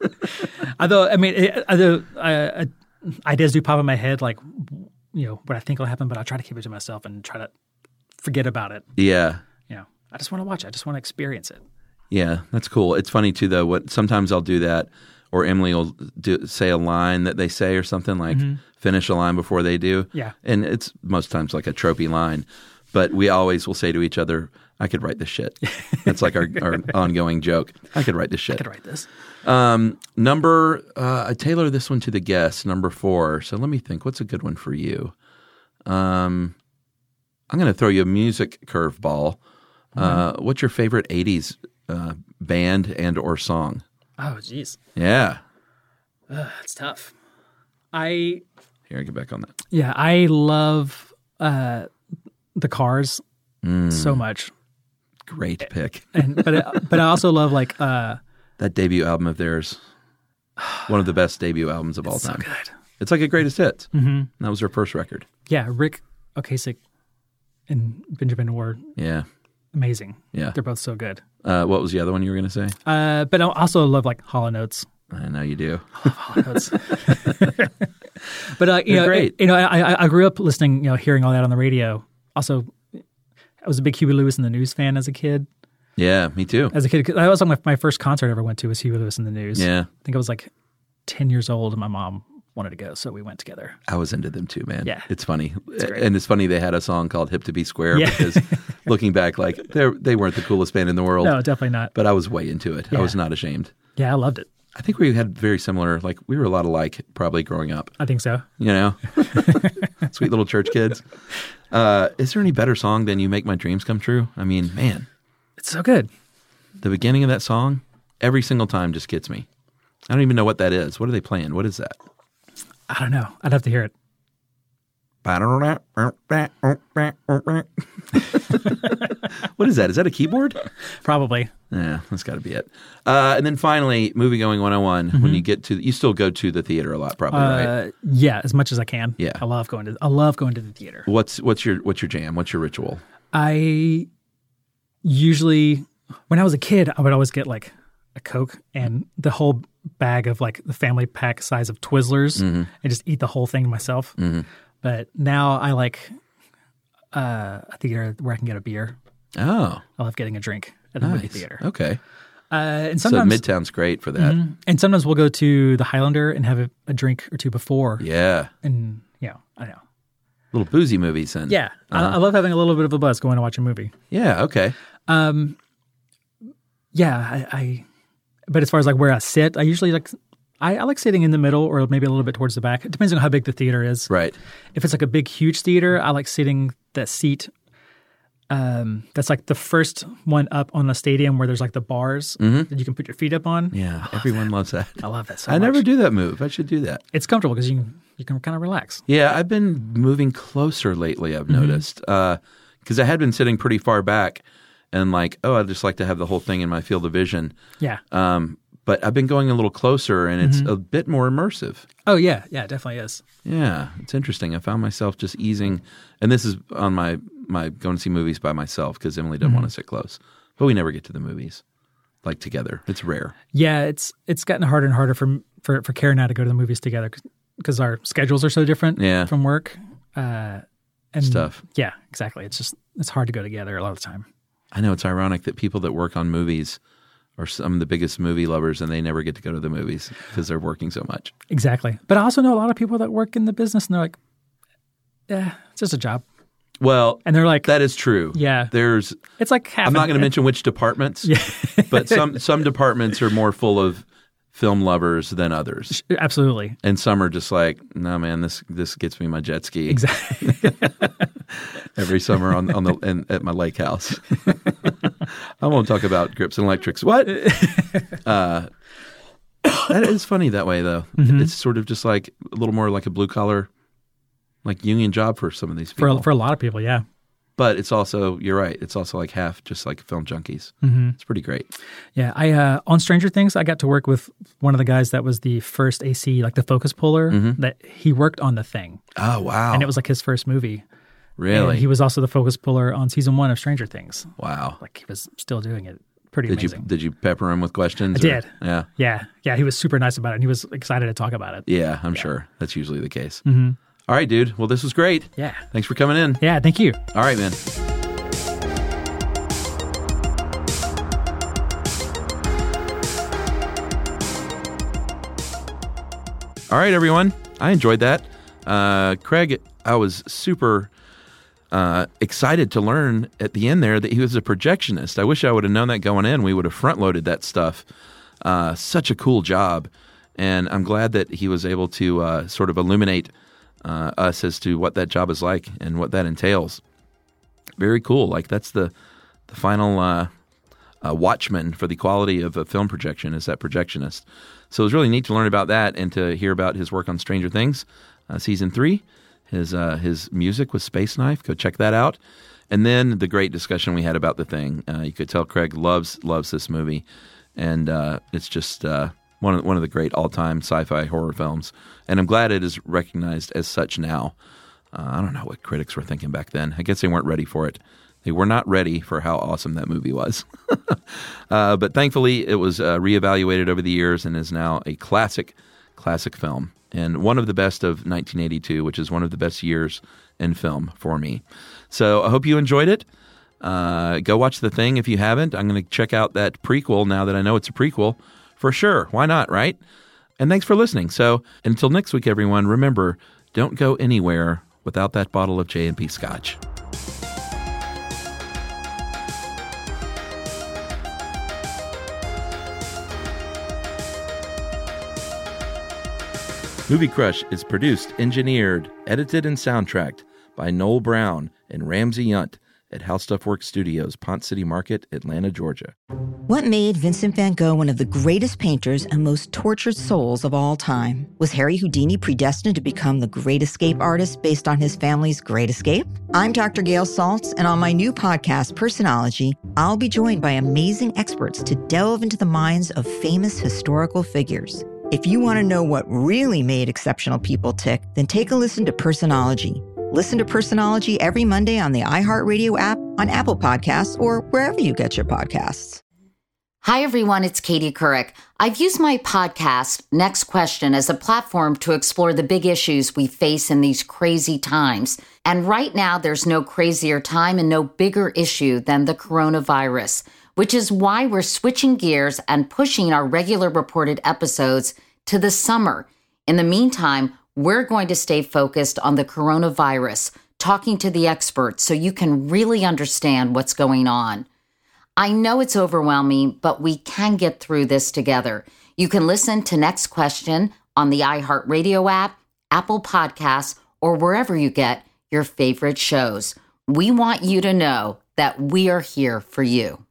C: Although, I mean, it, although uh, uh, ideas do pop in my head, like you know what I think will happen, but I try to keep it to myself and try to forget about it.
B: yeah.
C: You know, I just want to watch it. I just want to experience it.
B: Yeah. That's cool. It's funny, too, though. What Sometimes I'll do that or Emily will do, say a line that they say or something like finish a line before they do.
C: Yeah.
B: And it's most times like a tropey line. But we always will say to each other, I could write this shit. That's like our, our ongoing joke. I could write this shit.
C: I could write this.
B: Number, uh, I tailor this one to the guest, number four. So let me think, what's a good one for you? Um, I'm going to throw you a music curveball. Uh, what's your favorite 80s uh, band and or song?
C: Oh, jeez,
B: Yeah.
C: that's tough. I
B: Here, I get back on that.
C: yeah, I love uh, the Cars
B: Mm.
C: so much,
B: Great pick.
C: and but I- but I also love like uh,
B: That debut album of theirs, one of the best debut albums of all time.
C: good.
B: It's like a greatest hits. Mm-hmm. That was their first record.
C: Yeah, Rick Ocasek and Benjamin were
B: Yeah.
C: amazing.
B: Yeah.
C: They're both so good.
B: Uh, what was the other one you were going to say?
C: Uh, but I also love like Hollow Notes.
B: I know you do.
C: That's- but uh, you
B: They're
C: know,
B: great.
C: you know, I, I- I grew up listening, you know, hearing all that on the radio. Also, I was a big Huey Lewis and the News fan as a kid.
B: Yeah, me too.
C: As a kid, 'cause that was like my, my first concert I ever went to was Huey Lewis and the News.
B: Yeah.
C: I think I was like ten years old, and my mom wanted to go, so we went together.
B: I was into them too, man.
C: Yeah.
B: It's funny. and it's funny they had a song called Hip to Be Square
C: Yeah.
B: because looking back, like they they weren't the coolest band in the world.
C: No, definitely not.
B: Oh. But I was way into it. I was not ashamed.
C: Yeah, I loved it.
B: I think we had very similar, like we were a lot alike probably growing up,
C: I think so.
B: you know? Sweet little church kids. Uh, is there any better song than You Make My Dreams Come True? I mean, man,
C: It's so good.
B: the beginning of that song every single time just gets me. I don't even know what that is. What are they playing? What is that?
C: I don't know. I'd have to hear it.
B: what is that? Is that a keyboard?
C: Probably.
B: Yeah, that's got to be it. Uh, and then finally, movie going 101, when you get to, you still go to the theater a lot, probably, right?
C: Uh, yeah, as much as I can.
B: Yeah.
C: I love going to. I love going to the theater.
B: What's what's your what's your jam? What's your ritual?
C: I usually, when I was a kid, I would always get like a Coke and the whole bag of like the family pack size of Twizzlers
B: Mm-hmm.
C: and just eat the whole thing myself. But now I like uh, a theater where I can get a beer.
B: Oh,
C: I love getting a drink at the movie
B: nice.
C: theater.
B: Okay,
C: Uh, and sometimes,
B: so Midtown's great for that.
C: and sometimes we'll go to the Highlander and have a, a drink or two before.
B: Yeah, Mm-hmm.
C: And you know, I know.
B: little boozy movies then.
C: Yeah,
B: Uh-huh.
C: I, I love having a little bit of a buzz going to watch a movie.
B: yeah. Okay,
C: yeah, I, I. But as far as like where I sit, I usually like I, I like sitting in the middle or maybe a little bit towards the back. It depends on how big the theater is.
B: right.
C: If it's like a big, huge theater, I like sitting that seat. Um, that's like the first one up on the stadium where there's like the bars that you can put your feet up on.
B: Mm-hmm. Yeah, everyone loves that.
C: I love that so
B: I
C: much.
B: never do that move. I should do that.
C: It's comfortable because you can you can kind of relax.
B: Yeah, I've been moving closer lately. I've
C: Mm-hmm.
B: noticed because I had been sitting pretty far back, and like, oh, I'd just like to have the whole thing in my field of vision.
C: Yeah.
B: Um, but I've been going a little closer, and
C: Mm-hmm.
B: it's a bit more immersive.
C: oh yeah, yeah, it definitely is.
B: Yeah, it's interesting. I found myself just easing, and this is on my my going to see movies by myself because Emily doesn't
C: Mm-hmm.
B: want to sit close, but we never get to the movies like together. It's rare.
C: Yeah, it's it's gotten harder and harder for for for Karen and I to go to the movies together because our schedules are so different.
B: Yeah.
C: from work. Uh, and
B: It's tough.
C: Yeah, exactly. It's just it's hard to go together a lot of the time.
B: I know it's ironic that people that work on movies are some of the biggest movie lovers, and they never get to go to the movies because they're working so much.
C: Exactly. But I also know a lot of people that work in the business and they're like, yeah, it's just a job.
B: Well,
C: And they're like,
B: that is true.
C: Yeah.
B: there's.
C: it's like half.
B: I'm not
C: an-
B: going to mention which departments, but some some departments are more full of film lovers than others.
C: Absolutely.
B: and some are just like, no, man, this this gets me my jet ski. Exactly. Every summer on on the in, at my lake house. I won't talk about grips and electrics. What? uh, that is funny that way though.
C: Mm-hmm.
B: It's sort of just like a little more like a blue collar, like union job for some of these
C: For,
B: people.
C: for a lot of people, yeah.
B: but it's also you're right. It's also like half just like film junkies. Mm-hmm. It's pretty great.
C: Yeah. I uh, On Stranger Things, I got to work with one of the guys that was the first AC, like the focus puller, that he worked on the thing.
B: Mm-hmm. Oh wow!
C: And it was like his first movie.
B: really
C: And he was also the focus puller on season one of Stranger Things.
B: wow.
C: Like he was still doing it. Pretty
B: Did you
C: amazing.
B: did you pepper him with questions?
C: I did.
B: Yeah.
C: Yeah. Yeah. He was super nice about it and he was excited to talk about it.
B: Yeah, I'm sure. That's usually the case. Mm-hmm. right, dude. Well, this was great.
C: Yeah.
B: Thanks for coming in.
C: Yeah. Thank you.
B: All right, man. All right, everyone. I enjoyed that. Uh, Craig, I was super uh, excited to learn at the end there that he was a projectionist. I wish I would have known that going in. We would have front loaded that stuff. Uh, such a cool job. And I'm glad that he was able to uh, sort of illuminate uh, us as to what that job is like and what that entails. Very cool. Like, that's the, the final uh, uh, watchman for the quality of a film projection is that projectionist. So it was really neat to learn about that and to hear about his work on Stranger Things, uh, season three. His uh, his music with Space Knife. Go check that out. And then the great discussion we had about the thing. Uh, you could tell Craig loves loves this movie, and uh, it's just uh, one of, one of the great all time sci fi horror films. And I'm glad it is recognized as such now. Uh, I don't know what critics were thinking back then. I guess they weren't ready for it. They were not ready for how awesome that movie was. uh, but thankfully, it was uh, reevaluated over the years and is now a classic, classic film. And one of the best of 1982, which is one of the best years in film for me. So I hope you enjoyed it. Uh, go watch The Thing if you haven't. I'm going to check out that prequel now that I know it's a prequel for sure. Why not, right? And thanks for listening. So until next week, everyone, remember don't go anywhere without that bottle of J&P Scotch. Movie Crush is produced, engineered, edited, and soundtracked by Noel Brown and Ramsey Yunt at How Stuff Works Studios, Pont City Market, Atlanta, Georgia.
G: What made Vincent van Gogh one of the greatest painters and most tortured souls of all time? Was Harry Houdini predestined to become the great escape artist based on his family's great escape? I'm Dr. Gail Saltz, and on my new podcast, Personology, I'll be joined by amazing experts to delve into the minds of famous historical figures. If you want to know what really made exceptional people tick, then take a listen to Personology. Listen to Personology every Monday on the iHeartRadio app, on Apple Podcasts, or wherever you get your podcasts.
H: Hi, everyone. It's Katie Couric. I've used my podcast, Next Question, as a platform to explore the big issues we face in these crazy times. And right now, there's no crazier time and no bigger issue than the coronavirus, which is why we're switching gears and pushing our regular reported episodes to the summer. In the meantime, we're going to stay focused on the coronavirus, talking to the experts so you can really understand what's going on. I know it's overwhelming, but we can get through this together. You can listen to Next Question on the iHeartRadio app, Apple Podcasts, or wherever you get your favorite shows. We want you to know that we are here for you.